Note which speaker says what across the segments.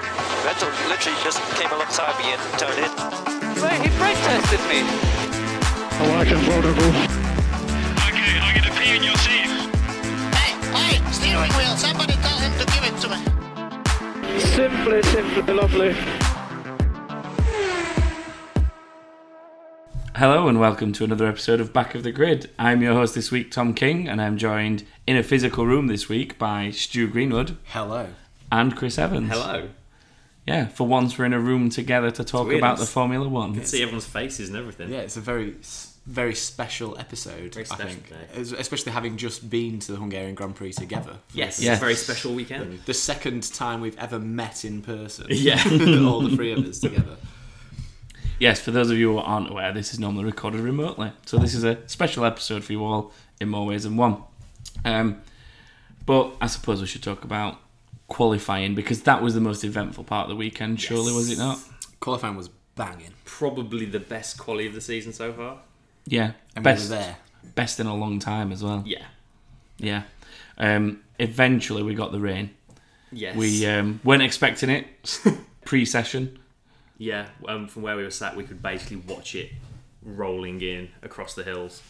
Speaker 1: literally, literally just came alongside me and turned in.
Speaker 2: Wait, he brake tested me.
Speaker 3: Oh, I can vote a move.
Speaker 4: Okay, I'm gonna pee in your seat.
Speaker 5: Hey, hey, steering wheel, somebody tell him to give it to me.
Speaker 3: Simply, simply lovely.
Speaker 6: Hello and welcome to another episode of Back of the Grid. I'm your host this week, Tom King, and I'm joined in a physical room this week by Stu Greenwood
Speaker 7: Hello.
Speaker 6: and Chris Evans.
Speaker 8: Hello.
Speaker 6: Yeah, for once we're in a room together to talk
Speaker 8: weird.
Speaker 6: about the Formula One.
Speaker 8: See everyone's faces and everything.
Speaker 7: Yeah, it's a very, s- very special episode.
Speaker 8: Very
Speaker 7: I
Speaker 8: special
Speaker 7: think,
Speaker 8: day.
Speaker 7: Es- especially having just been to the Hungarian Grand Prix together.
Speaker 8: Yes,
Speaker 6: Yes.
Speaker 8: it's a very special weekend.
Speaker 7: The second time we've ever met in person.
Speaker 8: Yeah.
Speaker 7: all the three of us together.
Speaker 6: Yes, for those of you who aren't aware, this is normally recorded remotely, so this is a special episode for you all in more ways than one. Um, but I suppose we should talk about qualifying because that was the most eventful part of the weekend, surely, was it not?
Speaker 7: Qualifying was banging,
Speaker 8: Probably the best quality of the season so far.
Speaker 6: Yeah,
Speaker 7: and
Speaker 6: best
Speaker 7: we were there.
Speaker 6: best in a long time as well.
Speaker 8: Yeah.
Speaker 6: Yeah. Um, eventually, we got the rain.
Speaker 8: Yes.
Speaker 6: We um, weren't expecting it pre session.
Speaker 8: yeah. Um, from where we were sat, we could basically watch it rolling in across the hills.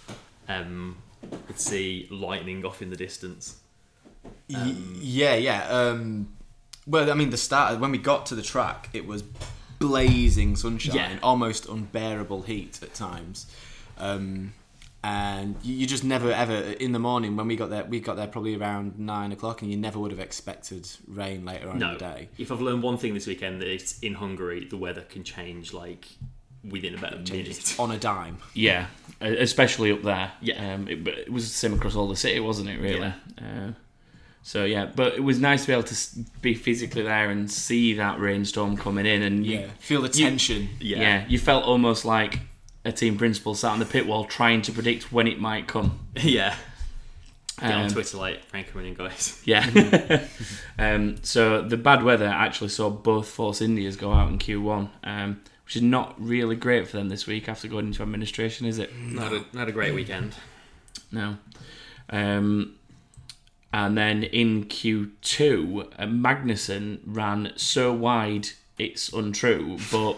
Speaker 8: Um, could see lightning off in the distance.
Speaker 7: Y-
Speaker 8: Um,
Speaker 7: yeah, yeah. Um, well, I mean, the start when we got to the track, it was blazing sunshine,
Speaker 8: Yeah.
Speaker 7: almost unbearable heat at times. Um, and you, you just never ever in the morning when we got there, we got there probably around nine o'clock, and you never would have expected rain later on
Speaker 8: No.
Speaker 7: in the day.
Speaker 8: If I've learned one thing this weekend, that it's in Hungary, the weather can change like within about a minute.
Speaker 7: On a dime,
Speaker 6: Yeah, e- especially up there.
Speaker 8: Yeah.
Speaker 6: Um, it, but it was the same across all the city, wasn't it, really? Uh, so, yeah, but it was nice to be able to s- be physically there and see that rainstorm coming in. And you,
Speaker 7: yeah. Feel the tension.
Speaker 6: yeah. you felt almost like a team principal sat on the pit wall trying to predict when it might come.
Speaker 8: yeah. Get
Speaker 6: Um,
Speaker 8: on Twitter like Frank coming in, guys. Hmm.
Speaker 6: Yeah. um, so the bad weather actually saw both Force Indias go out in Q1, um, which is not really great for them this week after going into administration, is it?
Speaker 8: Not a, not a great weekend.
Speaker 6: No. Um, and then in Q2, uh, Magnussen ran so wide it's untrue, but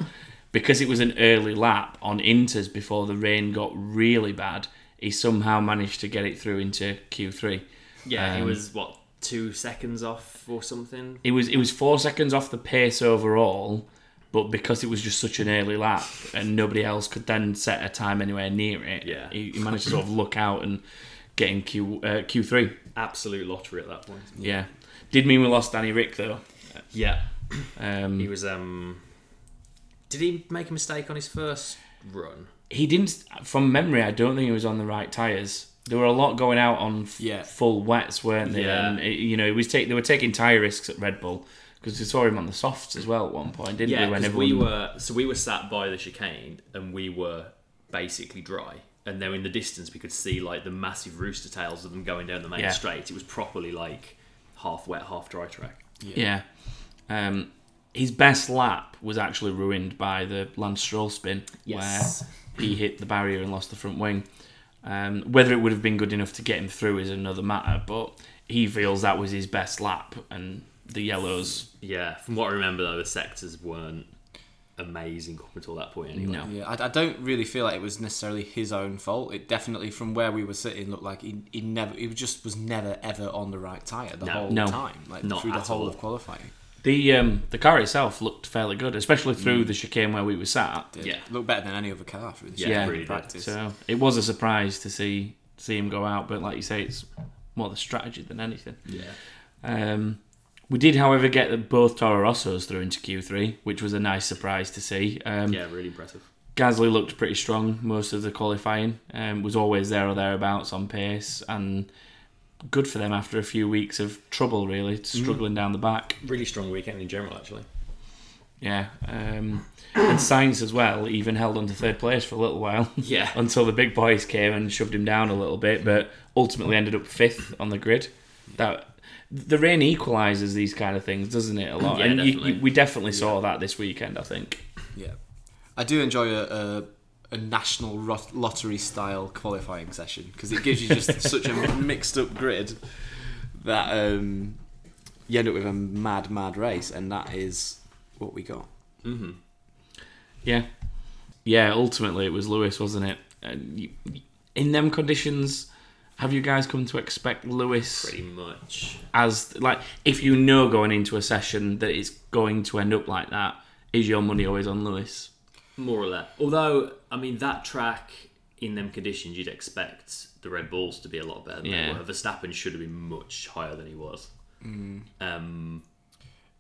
Speaker 6: because it was an early lap on Inters before the rain got really bad, he somehow managed to get it through into Q3.
Speaker 8: Yeah,
Speaker 6: Um,
Speaker 8: it was what two seconds off or something.
Speaker 6: it was it was four seconds off the pace overall, but because it was just such an early lap and nobody else could then set a time anywhere near it,
Speaker 8: Yeah.
Speaker 6: he, he managed to sort of look out and get in Q uh, Q three.
Speaker 8: Absolute lottery at that point.
Speaker 6: Yeah, did mean we lost Danny Rick though.
Speaker 8: Yeah,
Speaker 6: Um,
Speaker 8: he was. um Did he make a mistake on his first run?
Speaker 6: he didn't from memory i don't think he was on the right tires there were a lot going out on f-
Speaker 7: Yeah.
Speaker 6: full wets weren't there
Speaker 8: Yeah.
Speaker 6: and it- you know he was take, they were taking tire risks at red bull because we saw him on the softs as well at one point didn't
Speaker 8: Yeah,
Speaker 6: we
Speaker 8: because we were so we were sat by the chicane and we were basically dry. And then in the distance, we could see like the massive rooster tails of them going down the main
Speaker 6: Yeah.
Speaker 8: straight. It was properly like half wet, half dry track.
Speaker 6: yeah um his best lap was actually ruined by the Lance Stroll spin,
Speaker 8: Yes.
Speaker 6: where he hit the barrier and lost the front wing. Um, whether it would have been good enough to get him through is another matter, but he feels that was his best lap, and the yellows,
Speaker 8: Yeah, from what I remember though, the sectors weren't amazing up until that point. Anyway.
Speaker 6: no.
Speaker 7: Yeah, I, I don't really feel like it was necessarily his own fault. It definitely, from where we were sitting, looked like he, he never, he just was never ever on the right tire the
Speaker 8: No.
Speaker 7: whole
Speaker 6: No.
Speaker 7: time, like
Speaker 8: Not
Speaker 7: through the
Speaker 8: at
Speaker 7: whole
Speaker 8: all.
Speaker 7: of qualifying.
Speaker 6: The um, the car itself looked fairly good, especially through the chicane where we were sat.
Speaker 7: It
Speaker 8: Yeah.
Speaker 7: looked better than any other car through this
Speaker 8: Yeah,
Speaker 7: year
Speaker 6: it
Speaker 7: in
Speaker 8: really did.
Speaker 7: practice.
Speaker 6: So it was a surprise to see see him go out, but like you say, it's more the strategy than anything.
Speaker 8: Yeah.
Speaker 6: Um, we did, however, get the, both Toro Rossos through into Q3, which was a nice surprise to see. Um,
Speaker 8: Yeah, really impressive.
Speaker 6: Gasly looked pretty strong most of the qualifying, um, was always there or thereabouts on pace, and good for them after a few weeks of trouble, really, struggling down the back.
Speaker 8: Really strong weekend in general, actually.
Speaker 6: Yeah, um, and Sainz as well even held on to third place for a little while.
Speaker 8: Yeah.
Speaker 6: until the big boys came and shoved him down a little bit, but ultimately ended up fifth on the grid. That the rain equalises these kind of things, doesn't it? A lot,
Speaker 8: Yeah,
Speaker 6: and you-
Speaker 8: definitely.
Speaker 6: you- we definitely saw that this weekend. I think.
Speaker 7: Yeah, I do enjoy a, a, a national rot- lottery style qualifying session because it gives you just such a mixed up grid that um, you end up with a mad, mad race, and that is what we got.
Speaker 6: Yeah. Yeah, ultimately it was Lewis, wasn't it? And you, in them conditions, have you guys come to expect Lewis
Speaker 8: pretty much.
Speaker 6: as like if you know going into a session that it's going to end up like that, is your money always on Lewis?
Speaker 8: More or less. Although, I mean, that track in them conditions, you'd expect the Red Bulls to be a lot better than
Speaker 6: Yeah.
Speaker 8: they were. Verstappen should have been much higher than he was.
Speaker 6: Mm.
Speaker 8: Um,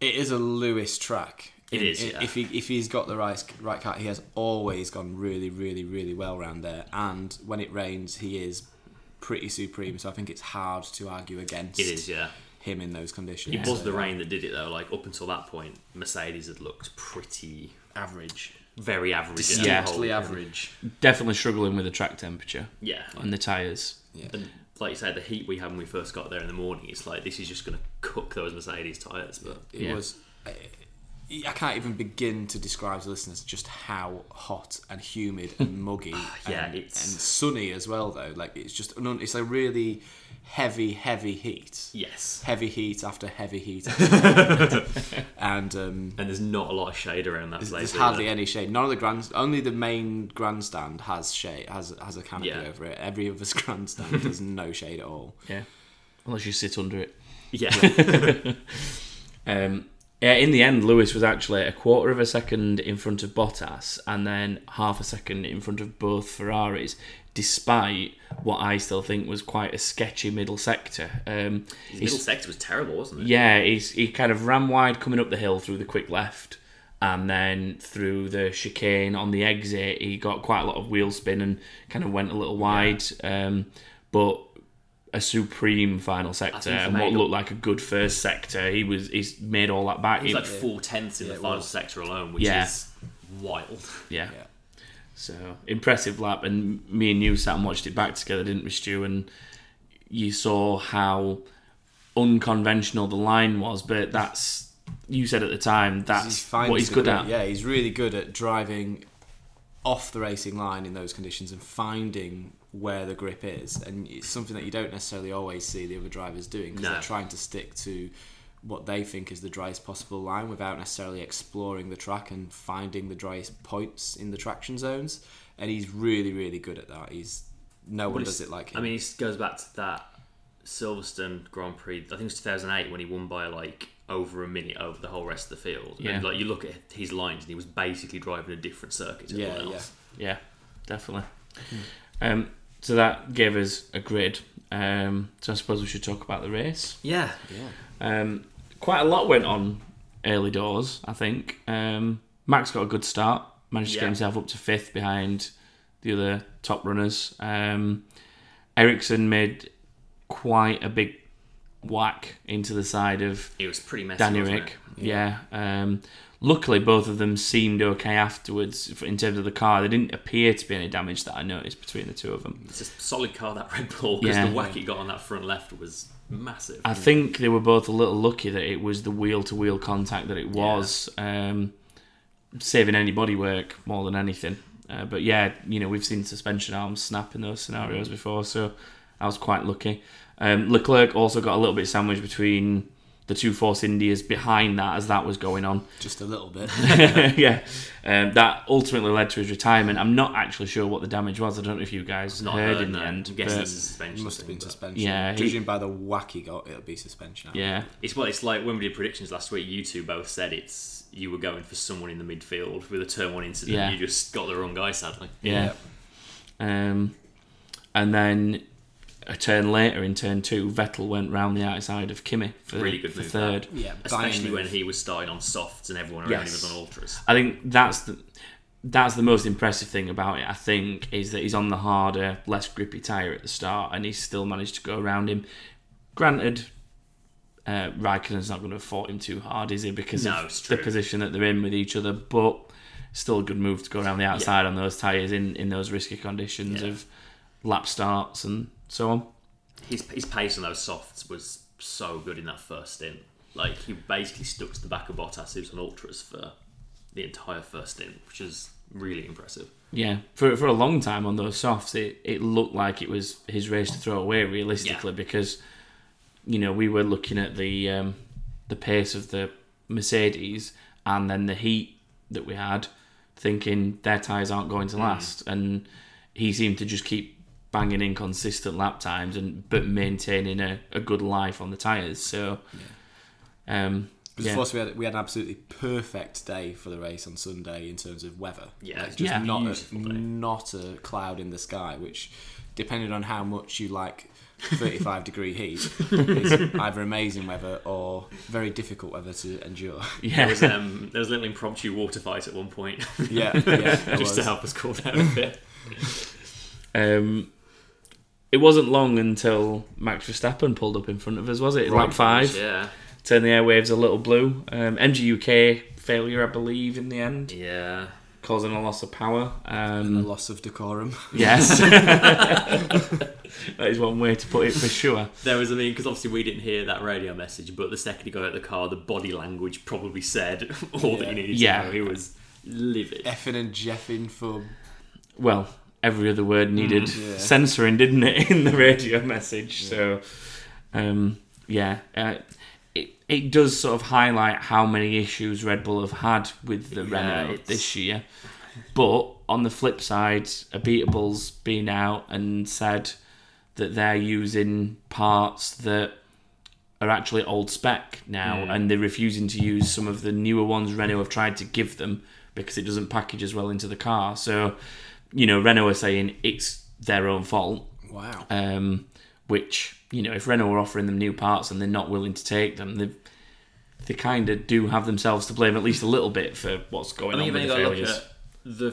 Speaker 7: It is a Lewis track.
Speaker 8: It
Speaker 7: In-
Speaker 8: is,
Speaker 7: i-
Speaker 8: yeah.
Speaker 7: If he if he's got the right right car, he has always gone really, really, really well round there. And when it rains, he is pretty supreme. So I think it's hard to argue against.
Speaker 8: it is, yeah.
Speaker 7: Him in those conditions.
Speaker 8: It was
Speaker 7: So-
Speaker 8: the rain that did it, though. Like, up until that point, Mercedes had looked pretty
Speaker 7: average,
Speaker 8: very average. as a
Speaker 6: Yeah.
Speaker 8: whole.
Speaker 7: totally average.
Speaker 6: Definitely struggling with the track temperature
Speaker 8: Yeah.
Speaker 6: and the tyres.
Speaker 8: And like you said, the heat we had when we first got there in the morning, it's like this is just going to cook those Mercedes tyres. But
Speaker 7: It
Speaker 6: Yeah.
Speaker 7: was. eh, I, I can't even begin to describe to listeners just how hot and humid and muggy
Speaker 8: Ah, Yeah,
Speaker 7: and,
Speaker 8: it's-
Speaker 7: and sunny as well. Though, like it's just an un, it's a really heavy, heavy heat.
Speaker 8: yes,
Speaker 7: Heavy heat after heavy heat, after heavy heat. and um,
Speaker 8: and there's not a lot of shade around that place.
Speaker 7: there's
Speaker 8: either.
Speaker 7: hardly any shade. None of the grand, only the main grandstand has shade, has has a canopy
Speaker 8: Yeah.
Speaker 7: over it. Every other grandstand has no shade at all.
Speaker 6: Yeah. Unless you sit under it.
Speaker 8: Yeah,
Speaker 6: Um, yeah, in the end, Lewis was actually a quarter of a second in front of Bottas and then half a second in front of both Ferraris, despite what I still think was quite a sketchy middle sector. Um, he's-
Speaker 8: his middle sector was terrible, wasn't it?
Speaker 6: yeah, he's, he kind of ran wide coming up the hill through the quick left, and then through the chicane on the exit, he got quite a lot of wheel spin and kind of went a little wide. Um, but a supreme final sector
Speaker 8: think he
Speaker 6: and what
Speaker 8: made up-
Speaker 6: looked like a good first sector, he was he's made all that back.
Speaker 8: It was
Speaker 6: He-
Speaker 8: like four tenths in the final sector alone, which
Speaker 6: Yeah.
Speaker 8: is wild.
Speaker 6: Yeah. So impressive lap, and me and you sat and watched it back together, didn't we, Stu? And you saw how unconventional the line was, but that's you said at the time
Speaker 7: He
Speaker 6: that's
Speaker 7: finds
Speaker 6: what he's
Speaker 7: the
Speaker 6: good
Speaker 7: grip.
Speaker 6: at.
Speaker 7: Yeah, he's really good at driving off the racing line in those conditions and finding where the grip is. And it's something that you don't necessarily always see the other drivers doing because
Speaker 8: No.
Speaker 7: they're trying to stick to what they think is the driest possible line without necessarily exploring the track and finding the driest points in the traction zones. And he's really, really good at that. He's no one does it like him.
Speaker 8: I mean, it goes back to that Silverstone Grand Prix. I think it was 2008 when he won by like over a minute over the whole rest of the field.
Speaker 6: Yeah.
Speaker 8: And like you look at his lines, and he was basically driving a different circuit to
Speaker 7: Yeah,
Speaker 8: everyone
Speaker 7: yeah.
Speaker 8: else.
Speaker 6: Yeah, definitely. Um, so that gave us a grid. Um, so I suppose we should talk about the race.
Speaker 8: Yeah,
Speaker 6: Um, quite a lot went on early doors, I think. Um, Max got a good start, managed to
Speaker 8: Yeah.
Speaker 6: get himself up to fifth behind the other top runners. Um, Ericsson made quite a big whack into the side of
Speaker 8: it was pretty messy.
Speaker 6: Danny
Speaker 8: wasn't it?
Speaker 6: Rick. Yeah. Um, luckily, both of them seemed okay afterwards f- in terms of the car. There didn't appear to be any damage that I noticed between the two of them.
Speaker 8: It's a solid car that Red Bull because
Speaker 6: Yeah.
Speaker 8: the whack it got on that front left was massive.
Speaker 6: I think they were both a little lucky that it was the wheel to wheel contact that it was, um, saving any body work more than anything. Uh, but yeah, you know, we've seen suspension arms snap in those
Speaker 8: Mm.
Speaker 6: scenarios before, so I was quite lucky. Um, Leclerc also got a little bit sandwiched between the two Force Indias behind that as that was going on.
Speaker 7: Just a little bit.
Speaker 6: yeah, um, that ultimately led to his retirement. I'm not actually sure what the damage was. I don't know if you guys
Speaker 8: Not
Speaker 6: heard,
Speaker 8: heard,
Speaker 6: in
Speaker 8: no.
Speaker 6: the end.
Speaker 8: I'm guessing
Speaker 6: but-
Speaker 8: it's a suspension.
Speaker 7: Must have
Speaker 8: thing,
Speaker 7: been
Speaker 8: but-
Speaker 7: suspension.
Speaker 6: Yeah, he-
Speaker 7: Judging by the whack he got, it'll be suspension. I think.
Speaker 6: yeah,
Speaker 8: It's well, it's like when we did predictions last week. You two both said it's you were going for someone in the midfield with a turn one incident.
Speaker 6: Yeah.
Speaker 8: You just got the wrong guy, sadly.
Speaker 6: yeah. Um, and then a turn later, in turn two, Vettel went round the outside of Kimi for,
Speaker 8: Really good
Speaker 6: for
Speaker 8: move,
Speaker 6: third.
Speaker 7: Yeah, buying
Speaker 8: Especially
Speaker 7: move.
Speaker 8: when he was starting on softs and everyone around
Speaker 6: Yes.
Speaker 8: him was on ultras.
Speaker 6: I think that's the that's the most impressive thing about it. I think is that he's on the harder, less grippy tire at the start, and he's still managed to go around him. Granted, uh, Raikkonen's not going to have fought him too hard, is he? Because
Speaker 8: No,
Speaker 6: of
Speaker 8: it's
Speaker 6: the
Speaker 8: true.
Speaker 6: position that they're in with each other, but still a good move to go around the outside on those tires in in those risky conditions
Speaker 8: Yeah.
Speaker 6: of lap starts and so on.
Speaker 8: His his pace on those softs was so good in that first stint. Like he basically stuck to the back of Bottas, who was on ultras for the entire first stint, which is really impressive.
Speaker 6: Yeah, for for a long time on those softs, it, it looked like it was his race to throw away realistically
Speaker 8: Yeah.
Speaker 6: because, you know, we were looking at the um, the pace of the Mercedes and then the heat that we had, thinking their tyres aren't going to last, and he seemed to just keep banging in consistent lap times and but maintaining a, a good life on the tyres. So, um,
Speaker 7: Because
Speaker 6: yeah.
Speaker 7: of course we had we had an absolutely perfect day for the race on Sunday in terms of weather.
Speaker 8: Yeah,
Speaker 7: Like,
Speaker 8: it's
Speaker 7: just
Speaker 6: Yeah.
Speaker 7: not a,
Speaker 8: beautiful day.
Speaker 7: not a cloud in the sky, which depending on how much you like. 35 degree heat is either amazing weather or very difficult weather to endure.
Speaker 6: yeah,
Speaker 8: There was, um, there was a little impromptu water fight at one point,
Speaker 7: Yeah, yeah. it
Speaker 8: just to
Speaker 7: was.
Speaker 8: help us cool down a bit.
Speaker 6: Um, it wasn't long until Max Verstappen pulled up in front of us, was it? Lap five,
Speaker 8: Yeah,
Speaker 6: turned the airwaves a little blue. Um, MGUK failure, I believe, in the end,
Speaker 8: yeah.
Speaker 6: causing a loss of power.
Speaker 7: A
Speaker 6: Um,
Speaker 7: loss of decorum.
Speaker 6: yes, that is one way to put it for sure.
Speaker 8: There was, I mean, because obviously we didn't hear that radio message, but the second he got out of the car, the body language probably said all that he needed
Speaker 6: Yeah.
Speaker 8: to know. He was livid.
Speaker 7: Effing and jeffing for
Speaker 6: Well, every other word needed
Speaker 8: Mm,
Speaker 7: yeah.
Speaker 6: censoring, didn't it, in the radio message? So, um, yeah. Uh, it, it does sort of highlight how many issues Red Bull have had with the
Speaker 8: Yeah,
Speaker 6: Renault
Speaker 8: it's-
Speaker 6: this year. But on the flip side, Beatables been out and said that they're using parts that are actually old spec
Speaker 8: Hmm.
Speaker 6: now, and they're refusing to use some of the newer ones Renault have tried to give them because it doesn't package as well into the car. So, you know, Renault are saying it's their own fault
Speaker 7: wow.
Speaker 8: Uh,
Speaker 6: um, which you know if Renault are offering them new parts and they're not willing to take them, they they kind of do have themselves to blame at least a little bit for what's going
Speaker 8: I mean, you've
Speaker 6: on
Speaker 8: only
Speaker 6: with
Speaker 8: got
Speaker 6: the
Speaker 8: to look
Speaker 6: failures.
Speaker 8: at the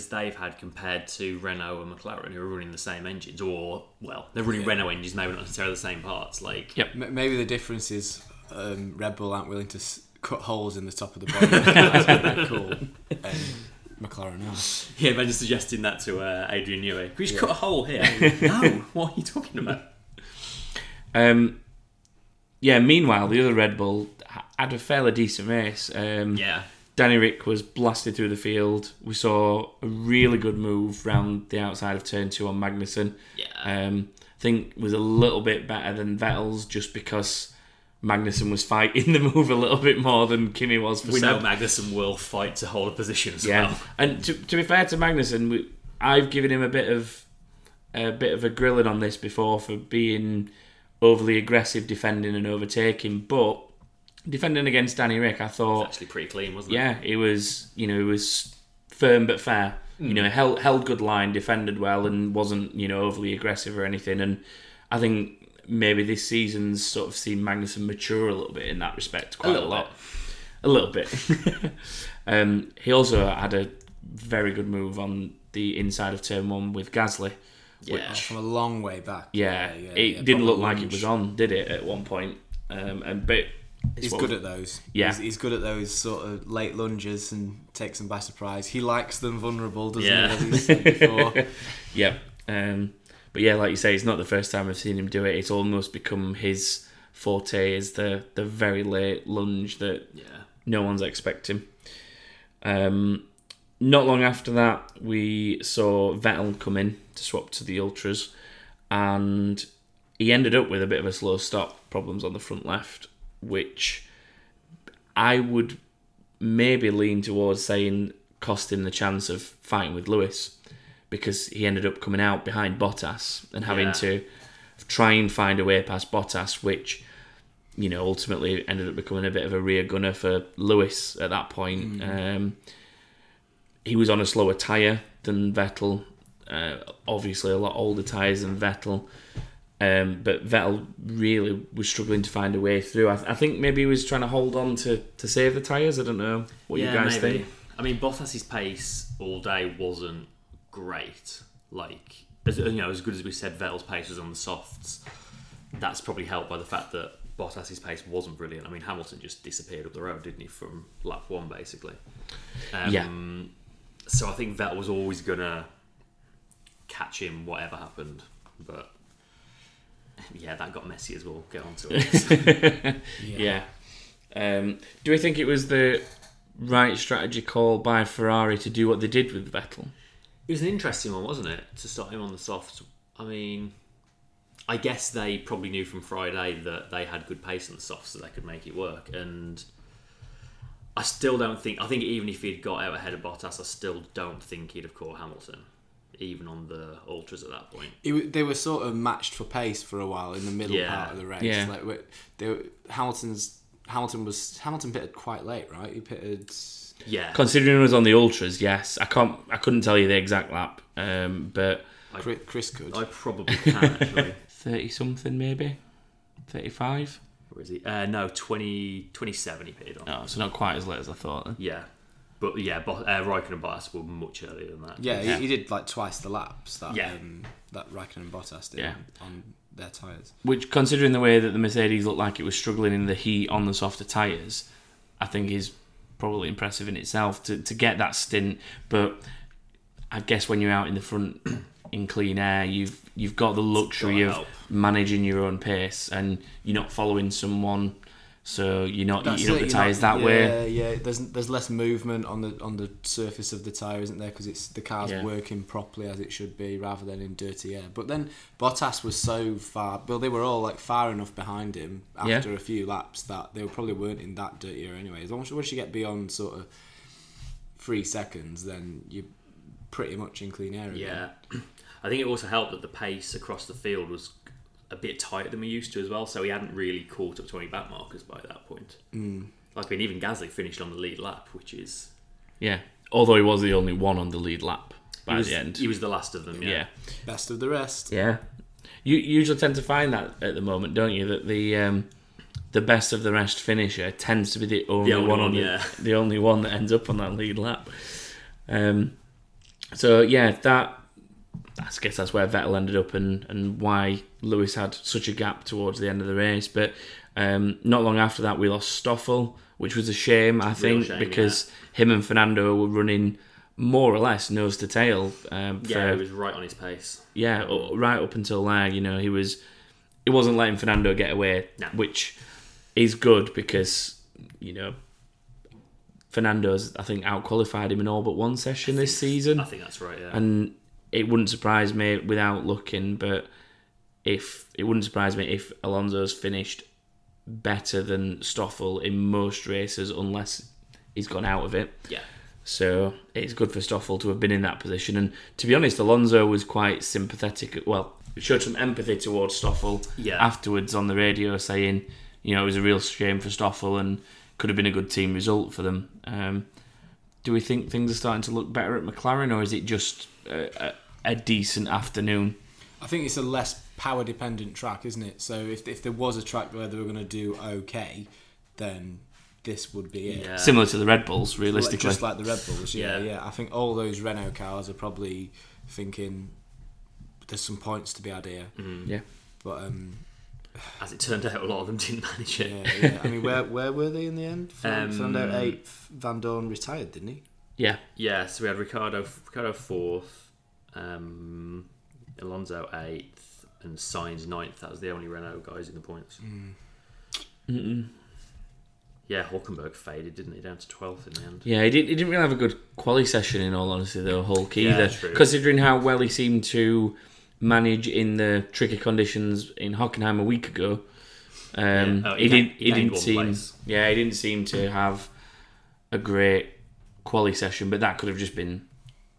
Speaker 8: failures they've had compared to Renault and McLaren, who are running the same engines, or well, they're running Renault engines, maybe not necessarily the same parts. Like,
Speaker 6: Yep.
Speaker 7: M- Maybe the difference is um, Red Bull aren't willing to s- cut holes in the top of the body. That's what they're cool. And McLaren are.
Speaker 8: yeah, imagine suggesting that to uh, Adrian Newey. Can we just cut a hole here? no, what are you talking about?
Speaker 6: Um, yeah. Meanwhile, the other Red Bull h- had a fairly decent race. Um,
Speaker 8: Yeah,
Speaker 6: Danny Rick was blasted through the field. We saw a really good move round the outside of turn two on Magnussen.
Speaker 8: yeah.
Speaker 6: um, I think was a little bit better than Vettel's just because Magnussen was fighting the move a little bit more than Kimi was for
Speaker 8: we know
Speaker 6: Seb.
Speaker 8: Magnussen will fight to hold a position as
Speaker 6: yeah,
Speaker 8: well.
Speaker 6: and to, to be fair to Magnussen, we, I've given him a bit of a bit of a grilling on this before for being overly aggressive defending and overtaking, but defending against Danny Rick, I thought
Speaker 8: Actually, pretty clean, wasn't it?
Speaker 6: yeah, it was you know it was firm but fair. You know, held held good line, defended well, and wasn't you know overly aggressive or anything. And I think maybe this season's sort of seen Magnussen mature a little bit in that respect, quite a,
Speaker 8: little
Speaker 6: lot, a little bit. um, he also had a very good move on the inside of turn one with Gasly, which
Speaker 7: From a long way back.
Speaker 6: yeah, it
Speaker 7: yeah,
Speaker 6: didn't
Speaker 7: proper
Speaker 6: look like it
Speaker 7: lunge.
Speaker 6: was on, did it? At one point, um, and but it's
Speaker 7: He's
Speaker 6: what
Speaker 7: good
Speaker 6: we-
Speaker 7: at those.
Speaker 6: Yeah.
Speaker 7: He's, he's good at those sort of late lunges and takes them by surprise. He likes them vulnerable, doesn't
Speaker 8: Yeah.
Speaker 7: he? As he's said before.
Speaker 6: Yep. Um, but yeah, like you say, it's not the first time I've seen him do it. It's almost become his forte is the the very late lunge that
Speaker 8: Yeah.
Speaker 6: no one's expecting. Um, not long after that, we saw Vettel come in to swap to the ultras, and he ended up with a bit of a slow stop problems on the front left, which I would maybe lean towards saying cost him the chance of fighting with Lewis because he ended up coming out behind Bottas and having
Speaker 8: Yeah.
Speaker 6: to try and find a way past Bottas, which you know ultimately ended up becoming a bit of a rear gunner for Lewis at that point. Um, he was on a slower tyre than Vettel, uh, obviously a lot older tyres than Vettel. Um, but Vettel really was struggling to find a way through. I, I think maybe he was trying to hold on to, to save the tyres. I don't know what you guys think.
Speaker 8: I mean, Bottas's pace all day wasn't great. Like, as, you know, as good as we said, Vettel's pace was on the softs. That's probably helped by the fact that Bottas's pace wasn't brilliant. I mean, Hamilton just disappeared up the road, didn't he, from lap one basically. Um, So I think Vettel was always gonna catch him, whatever happened. But yeah, that got messy as well. Get on to it.
Speaker 6: Yeah. Um, do we think it was the right strategy call by Ferrari to do what they did with Vettel?
Speaker 8: It was an interesting one, wasn't it? To start him on the soft. I mean, I guess they probably knew from Friday that they had good pace on the soft, so they could make it work. And I still don't think. I think even if he'd got out ahead of Bottas, I still don't think he'd have caught Hamilton, even on the ultras at that point.
Speaker 7: It, w- they were sort of matched for pace for a while in the middle
Speaker 8: Yeah.
Speaker 7: part of the race.
Speaker 6: Yeah.
Speaker 7: Like we- they, were- Hamilton's Hamilton was Hamilton pitted quite late, right? He pitted.
Speaker 8: Yeah,
Speaker 6: Considering it was on the ultras, yes, I can't. I couldn't tell you the exact lap, um, but
Speaker 7: Chris, Chris could.
Speaker 8: I probably can actually.
Speaker 6: thirty something maybe, thirty five.
Speaker 8: Where is he? Uh, no, 20, 27 he pitted on.
Speaker 6: Oh, so not quite as late as I thought. Then.
Speaker 8: Yeah, but yeah, Bo- uh, Raikkonen and Bottas were much earlier than that.
Speaker 7: yeah, He, he did like twice the laps that
Speaker 8: Yeah.
Speaker 7: um, that Raikkonen and Bottas did
Speaker 6: Yeah.
Speaker 7: on their tires.
Speaker 6: Which, considering the way that the Mercedes looked like it was struggling in the heat on the softer tyres, I think is probably impressive in itself to, to get that stint. But I guess when you're out in the front in clean air, you've you've got the luxury
Speaker 8: gotta
Speaker 6: of
Speaker 8: help.
Speaker 6: managing your own pace and you're not following someone, so you're not
Speaker 7: That's
Speaker 6: eating up
Speaker 7: it,
Speaker 6: the
Speaker 7: you're
Speaker 6: tyres
Speaker 7: not-
Speaker 6: that
Speaker 7: yeah,
Speaker 6: way.
Speaker 7: Yeah, There's there's less movement on the on the surface of the tire, isn't there? Because it's the car's
Speaker 6: Yeah.
Speaker 7: working properly as it should be, rather than in dirty air. But then Bottas was so far. Well, they were all like far enough behind him
Speaker 6: Yeah.
Speaker 7: after a few laps that they probably weren't in that dirty air anyway. As long as once you get beyond sort of three seconds, then you're pretty much in clean air. Again.
Speaker 8: Yeah, I think it also helped that the pace across the field was a bit tighter than we used to as well. So he hadn't really caught up to any back markers by that point. Mm. Like I mean, even Gasly finished on the lead lap, which is
Speaker 6: Yeah. Although he was the only one on the lead lap by
Speaker 8: he was,
Speaker 6: the end.
Speaker 8: he was the last of them. Yeah,
Speaker 6: yeah.
Speaker 7: Best of the rest.
Speaker 6: Yeah, you you usually tend to find that at the moment, don't you? That the um, the best of the rest finisher tends to be the only,
Speaker 8: only
Speaker 6: one,
Speaker 8: one,
Speaker 6: on the,
Speaker 8: yeah.
Speaker 6: the only one that ends up on that lead lap. Um, so yeah, that I guess that's where Vettel ended up and and why Lewis had such a gap towards the end of the race. But um, not long after that, we lost Stoffel, which was a shame, I think,
Speaker 8: shame,
Speaker 6: because him and Fernando were running more or less nose to tail um, for
Speaker 8: yeah, he was right on his pace.
Speaker 6: yeah, u- right up until there, you know, he was he wasn't letting Fernando get away,
Speaker 8: No.
Speaker 6: which is good because you know Fernando's I think out qualified him in all but one session this season,
Speaker 8: I think that's right. Yeah,
Speaker 6: and it wouldn't surprise me without looking, but if it wouldn't surprise me if Alonso's finished better than Stoffel in most races unless he's gone out of it.
Speaker 8: yeah,
Speaker 6: So it's good for Stoffel to have been in that position. And to be honest, Alonso was quite sympathetic. Well, showed some empathy towards Stoffel
Speaker 8: Yeah.
Speaker 6: afterwards on the radio, saying, you know, it was a real shame for Stoffel and could have been a good team result for them. Um, do we think things are starting to look better at McLaren, or is it just a, a, a decent afternoon?
Speaker 7: I think it's a less power dependent track, isn't it? So if, if there was a track where they were going to do okay, then this would be it.
Speaker 8: yeah.
Speaker 6: Similar to the Red Bulls,
Speaker 7: Like-
Speaker 6: realistically.
Speaker 7: just like the Red Bulls, yeah,
Speaker 8: Yeah.
Speaker 7: yeah, I think all those Renault cars are probably thinking there's some points to be had here,
Speaker 6: yeah.
Speaker 7: but um,
Speaker 8: As it turned out, a lot of them didn't manage it.
Speaker 7: yeah, yeah. I mean, where where were they in the end?
Speaker 8: Um,
Speaker 7: Found out eighth. Van Dorn retired, didn't he?
Speaker 6: Yeah.
Speaker 8: Yeah, so we had Ricardo, Ricardo fourth, um, Alonso eighth, and Sainz ninth. That was the only Renault guys in the points. Yeah, Hulkenberg faded, didn't he? Down to twelfth in the end.
Speaker 6: Yeah, he didn't. He didn't really have a good quali session, in all honesty, though Hulk
Speaker 8: Yeah,
Speaker 6: either.
Speaker 8: true.
Speaker 6: Considering how well he seemed to manage in the tricky conditions in Hockenheim a week ago, um,
Speaker 8: Yeah. Oh,
Speaker 6: he,
Speaker 8: he
Speaker 6: didn't.
Speaker 8: gained- he
Speaker 6: He
Speaker 8: gained
Speaker 6: didn't
Speaker 8: one
Speaker 6: seem.
Speaker 8: place.
Speaker 6: Yeah, he didn't seem to have a great quali session, but that could have just been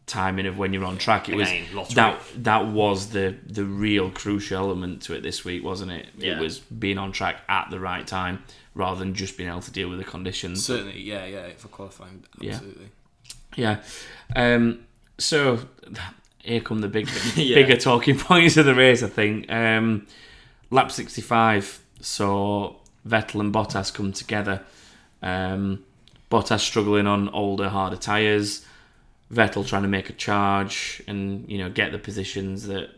Speaker 6: timing of when you're on track. It
Speaker 8: Again,
Speaker 6: was
Speaker 8: lottery.
Speaker 6: that that was the the real crucial element to it this week, wasn't it? It
Speaker 8: Yeah.
Speaker 6: was being on track at the right time rather than just being able to deal with the conditions.
Speaker 7: Certainly, yeah, yeah, for qualifying, absolutely.
Speaker 6: Yeah. Um, so here come the big,
Speaker 8: Yeah.
Speaker 6: bigger talking points of the race. I think um, lap sixty-five saw Vettel and Bottas come together. Um, Bottas struggling on older, harder tyres. Vettel trying to make a charge and you know get the positions that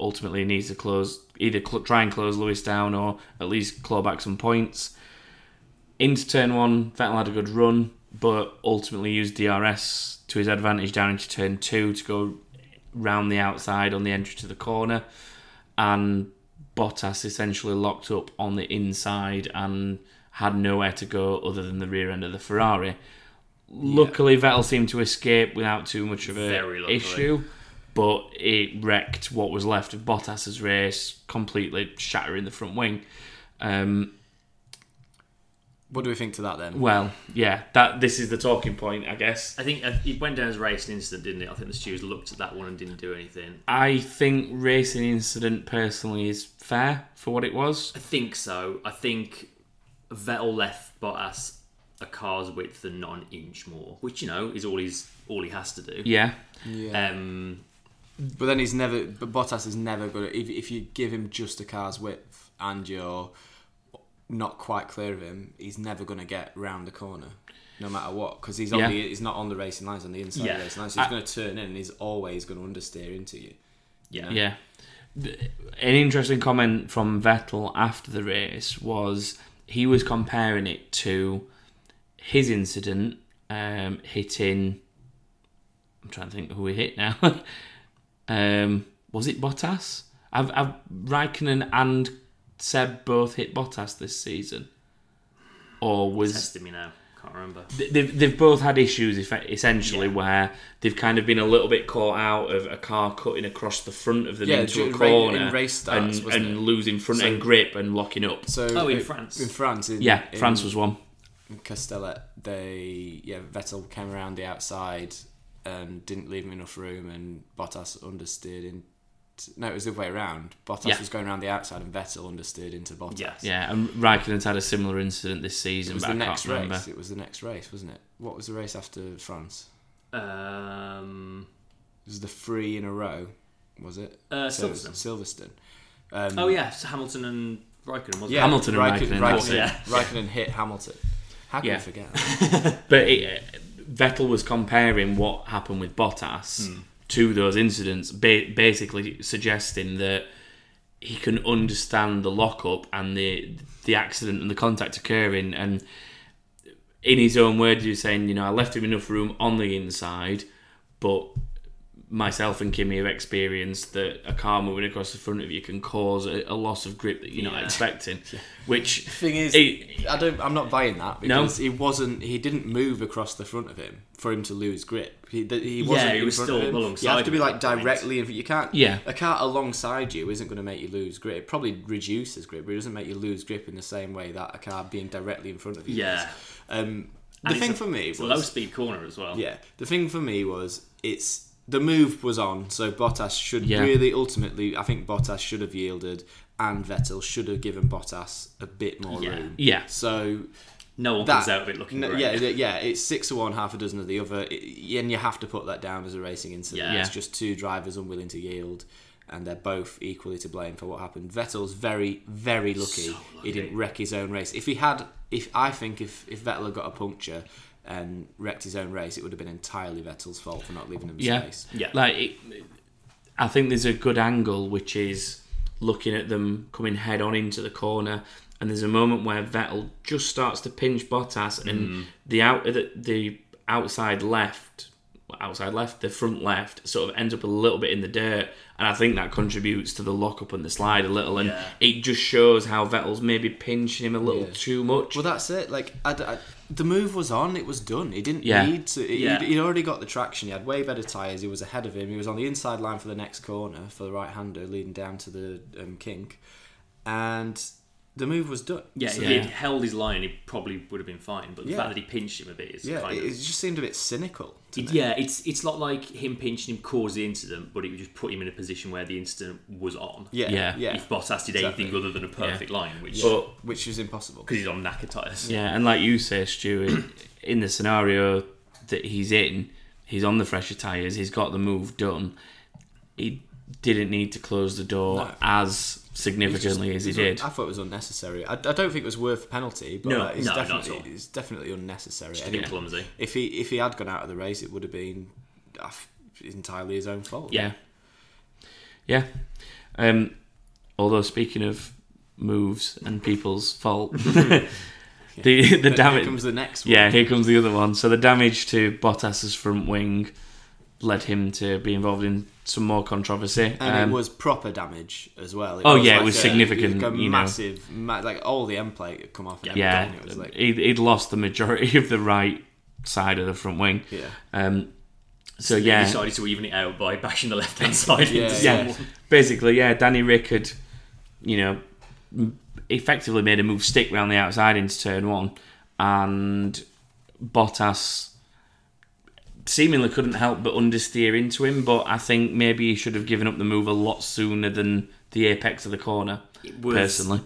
Speaker 6: ultimately he needs to close either cl- try and close Lewis down or at least claw back some points. Into turn one, Vettel had a good run, but ultimately used DRS to his advantage down into turn two to go round the outside on the entry to the corner, and Bottas essentially locked up on the inside and had nowhere to go other than the rear end of the Ferrari. Luckily, Vettel seemed to escape without too much of
Speaker 8: Very
Speaker 6: an
Speaker 8: luckily.
Speaker 6: issue, but it wrecked what was left of Bottas's race, completely shattering the front wing. Um,
Speaker 7: What do we think to that then?
Speaker 6: Well, yeah, that this is the talking point, I guess.
Speaker 8: I think uh, it went down as racing incident, didn't it? I think the stewards looked at that one and didn't do anything.
Speaker 6: I think racing incident personally is fair for what it was.
Speaker 8: I think so. I think Vettel left Bottas a car's width and not an inch more, which you know is all he's all he has to do.
Speaker 6: Yeah,
Speaker 8: Um,
Speaker 7: But then he's never. But Bottas is never going to. If, if you give him just a car's width and you're not quite clear of him, he's never going to get round the corner, no matter what, because he's on
Speaker 6: Yeah.
Speaker 7: the, he's not on the racing lines on the inside of
Speaker 8: Yeah.
Speaker 7: the racing lines. So he's
Speaker 6: I-
Speaker 7: going to turn in and he's always going to understeer into you.
Speaker 8: yeah.
Speaker 6: yeah. Th- An interesting comment from Vettel after the race was he was comparing it to his incident um, hitting. I'm trying to think who we hit now. um, was it Bottas? I've, I've Raikkonen and Seb both hit Bottas this season, or was
Speaker 8: Testing me now. Can't remember.
Speaker 6: they've, they've both had issues effe- essentially where they've kind of been a little bit caught out of a car cutting across the front of them
Speaker 7: Yeah,
Speaker 6: into a
Speaker 7: during ra-
Speaker 6: corner
Speaker 7: in race starts,
Speaker 6: and,
Speaker 7: wasn't
Speaker 6: and
Speaker 7: it?
Speaker 6: losing front end grip and locking up.
Speaker 7: So
Speaker 8: Oh, in
Speaker 7: it-
Speaker 8: France.
Speaker 7: in France, in,
Speaker 6: yeah,
Speaker 7: in
Speaker 6: France was one.
Speaker 7: Castellet. They yeah, Vettel came around the outside and didn't leave him enough room, and Bottas understeered in. No, it was the other way around. Bottas
Speaker 6: Yeah.
Speaker 7: was going around the outside, and Vettel understeered into Bottas.
Speaker 8: Yes.
Speaker 6: Yeah, and Raikkonen's had a similar incident this season,
Speaker 7: It was
Speaker 6: but
Speaker 7: the
Speaker 6: I
Speaker 7: next
Speaker 6: can't
Speaker 7: race.
Speaker 6: remember.
Speaker 7: It was the next race, wasn't it? What was the race after France?
Speaker 8: Um,
Speaker 7: It was the three in a row, was it?
Speaker 8: Uh,
Speaker 7: So it was Silverstone. Um,
Speaker 8: oh yeah, so Hamilton and Raikkonen wasn't
Speaker 7: yeah,
Speaker 8: it?
Speaker 6: Hamilton and
Speaker 7: Raikkonen,
Speaker 6: Raikkonen,
Speaker 7: Raikkonen,
Speaker 8: wasn't it? Yeah.
Speaker 7: Raikkonen hit Hamilton. How can
Speaker 6: Yeah.
Speaker 7: you forget? That?
Speaker 6: But it, Vettel was comparing what happened with Bottas to those incidents, ba- basically suggesting that he can understand the lockup and the the accident and the contact occurring. And in his own words, he was saying, you know, I left him enough room on the inside, but myself and Kimmy have experienced that a car moving across the front of you can cause a, a loss of grip that you're not
Speaker 8: Yeah.
Speaker 6: expecting. Which
Speaker 7: thing is,
Speaker 6: it-
Speaker 7: I don't. I'm not buying that
Speaker 6: No?
Speaker 7: because he wasn't. He didn't move across the front of him for him to lose grip. He, th- he
Speaker 8: Yeah,
Speaker 7: wasn't.
Speaker 8: he
Speaker 7: in
Speaker 8: was
Speaker 7: front
Speaker 8: still
Speaker 7: of him.
Speaker 8: alongside
Speaker 7: You have to be
Speaker 8: him at
Speaker 7: like
Speaker 8: that point.
Speaker 7: directly. In, you can't.
Speaker 6: Yeah.
Speaker 7: A car alongside you isn't going to make you lose grip. It probably reduces grip, but it doesn't make you lose grip in the same way that a car being directly in front of you.
Speaker 8: Yeah.
Speaker 7: does. Um, the
Speaker 8: And
Speaker 7: thing
Speaker 8: it's a-
Speaker 7: for me
Speaker 8: it's
Speaker 7: was
Speaker 8: a low speed corner as well.
Speaker 7: yeah, the thing for me was it's the move was on, so Bottas should
Speaker 6: Yeah.
Speaker 7: really ultimately. I think Bottas should have yielded, and Vettel should have given Bottas a bit more
Speaker 8: Yeah.
Speaker 7: room.
Speaker 6: Yeah.
Speaker 7: So
Speaker 8: No one
Speaker 7: that
Speaker 8: comes out of it looking
Speaker 7: no,
Speaker 8: great.
Speaker 7: yeah, yeah, it's six of one, half a dozen of the other, it- and you have to put that down as a racing incident.
Speaker 8: Yeah.
Speaker 7: It's just two drivers unwilling to yield. And they're both equally to blame for what happened. Vettel's very, very lucky, he didn't wreck his own race. If he had, if I think if if Vettel had got a puncture and wrecked his own race, it would have been entirely Vettel's fault for not leaving him
Speaker 6: yeah.
Speaker 7: space.
Speaker 8: Yeah.
Speaker 6: Like, it, I think there's a good angle, which is looking at them coming head on into the corner, and there's a moment where Vettel just starts to pinch Bottas, and the out the, the outside left, well, outside left, the front left, sort of ends up a little bit in the dirt, and I think that contributes to the lock up and the slide a little, and
Speaker 8: Yeah.
Speaker 6: it just shows how Vettel's maybe pinching him a little
Speaker 7: Yeah.
Speaker 6: too much.
Speaker 7: Well, that's it. Like, I, I- the move was on. It was done. He didn't
Speaker 6: Yeah.
Speaker 7: need to. He,
Speaker 8: Yeah.
Speaker 7: would already got the traction. He had way better tyres. He was ahead of him. He was on the inside line for the next corner for the right hander leading down to the um, kink. And the move was done.
Speaker 8: Yeah,
Speaker 7: So,
Speaker 8: if he had held his line, he probably would have been fine. But the
Speaker 7: Yeah.
Speaker 8: fact that he pinched him a bit is
Speaker 7: yeah,
Speaker 8: kind
Speaker 7: it,
Speaker 8: of
Speaker 7: it just seemed a bit cynical. To me.
Speaker 8: yeah. It's it's not like him pinching him caused the incident, but it would just put him in a position where the incident was on.
Speaker 7: Yeah.
Speaker 6: Yeah.
Speaker 7: Yeah.
Speaker 8: If Bottas did anything
Speaker 7: Exactly.
Speaker 8: other than a perfect line, which because
Speaker 6: but
Speaker 7: Which was impossible.
Speaker 8: he's on knacker tires.
Speaker 6: Yeah, and like you say, Stu, in- in the scenario that he's in, he's on the fresher tyres, he's got the move done. He didn't need to close the door
Speaker 7: No.
Speaker 6: as
Speaker 7: It's just-
Speaker 6: significantly as he
Speaker 7: it was un-
Speaker 6: did.
Speaker 7: I thought it was unnecessary. I, I don't think it was worth the penalty, but
Speaker 6: No,
Speaker 7: uh, it's,
Speaker 8: no, not at
Speaker 7: definitely,
Speaker 8: all.
Speaker 7: it's definitely unnecessary.
Speaker 8: a bit
Speaker 7: Anyway,
Speaker 8: clumsy.
Speaker 7: If he if he had gone out of the race, it would have been uh, entirely his own fault.
Speaker 6: Yeah. Yeah. Um, although, speaking of moves and people's fault, the, the
Speaker 7: Then here
Speaker 6: damage.
Speaker 7: comes the next one.
Speaker 6: Yeah, here comes the other one. So the damage to Bottas's front wing led him to be involved in some more controversy.
Speaker 7: and
Speaker 6: Um,
Speaker 7: it was proper damage as well.
Speaker 6: Oh, yeah, it was significant,
Speaker 7: Like a
Speaker 6: you know.
Speaker 7: massive, ma- like all the end plate had come off. And
Speaker 6: Yeah,
Speaker 7: everything. it was like
Speaker 6: he'd, he'd lost the majority of the right side of the front wing.
Speaker 7: yeah,
Speaker 6: Um, so
Speaker 8: He
Speaker 6: yeah,
Speaker 8: decided to even it out by bashing the left hand side
Speaker 7: Yeah.
Speaker 8: into
Speaker 7: Yeah.
Speaker 8: someone.
Speaker 6: basically, yeah, Danny Rick had, you know, m- effectively made a move stick round the outside into turn one, and Bottas seemingly couldn't help but understeer into him. But I think maybe he should have given up the move a lot sooner than the apex of the corner.
Speaker 8: It was-
Speaker 6: personally,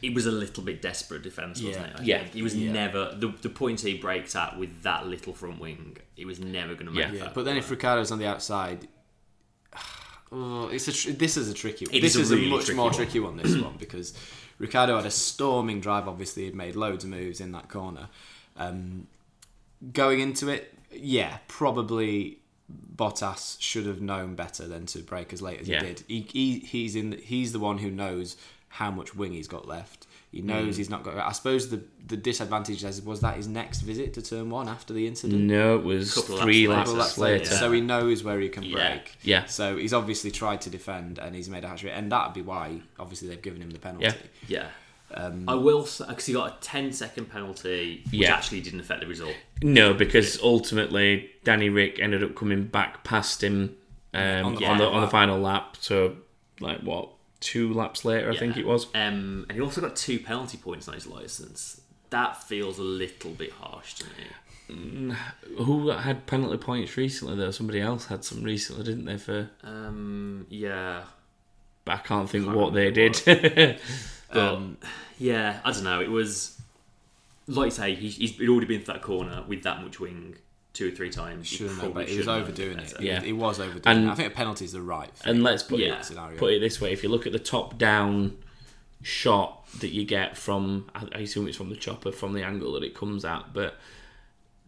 Speaker 8: It was a little bit desperate defence, wasn't
Speaker 7: Yeah.
Speaker 8: it? I
Speaker 6: Yeah.
Speaker 8: think. It was never the the point he breaks at with that little front wing. It was never going to make
Speaker 6: Yeah.
Speaker 8: that.
Speaker 6: Yeah,
Speaker 7: But then if Ricardo's on the outside, oh, it's a tr- this is a tricky. One.
Speaker 8: It
Speaker 7: This
Speaker 8: is a
Speaker 7: is,
Speaker 8: really
Speaker 7: a much
Speaker 8: tricky
Speaker 7: more
Speaker 8: one.
Speaker 7: tricky one. This one because Ricardo had a storming drive. Obviously, he'd made loads of moves in that corner. Um, going into it, yeah, probably Bottas should have known better than to break as late as
Speaker 6: Yeah.
Speaker 7: he did. He, he he's in. He's the one who knows how much wing he's got left. He knows
Speaker 8: Mm.
Speaker 7: he's not got. I suppose the the disadvantage is- was that his next visit to turn one after the incident.
Speaker 6: no, it was
Speaker 8: Couple
Speaker 6: three
Speaker 8: laps
Speaker 6: laps,
Speaker 8: later. Couple
Speaker 6: later.
Speaker 8: laps
Speaker 7: So he knows where he can
Speaker 8: Yeah.
Speaker 7: break.
Speaker 6: Yeah.
Speaker 7: So he's obviously tried to defend and he's made a hat trick. And that'd be why, obviously, they've given him the penalty.
Speaker 6: Yeah.
Speaker 8: yeah.
Speaker 7: Um,
Speaker 8: I will because he got a 10 second penalty, which
Speaker 6: Yeah.
Speaker 8: actually didn't affect the result.
Speaker 6: No, because ultimately Danny Rick ended up coming back past him um, on, the
Speaker 7: the
Speaker 6: on, the,
Speaker 7: final lap.
Speaker 6: final lap. So, like what two laps later, I think
Speaker 8: Yeah.
Speaker 6: it was.
Speaker 8: Um, and he also got two penalty points on his license. That feels a little bit harsh to me.
Speaker 6: Who had penalty points recently though? Somebody else had some recently, didn't they? For
Speaker 8: Um, yeah,
Speaker 6: but I can't think what they
Speaker 8: remember
Speaker 6: did.
Speaker 8: but yeah, I don't know. It was like you say he, he's he'd already been to that corner with that much wing two or three times. He
Speaker 7: Should have known,
Speaker 8: probably
Speaker 7: but he was
Speaker 8: should have known
Speaker 7: overdoing it.
Speaker 8: better.
Speaker 6: Yeah.
Speaker 7: He was overdoing
Speaker 6: And-
Speaker 7: it. I think a penalty's the right thing.
Speaker 6: and let's put
Speaker 8: Yeah.
Speaker 6: it
Speaker 7: Scenario.
Speaker 6: put it this way: if you look at the top down shot that you get from, I, I assume it's from the chopper from the angle that it comes at, but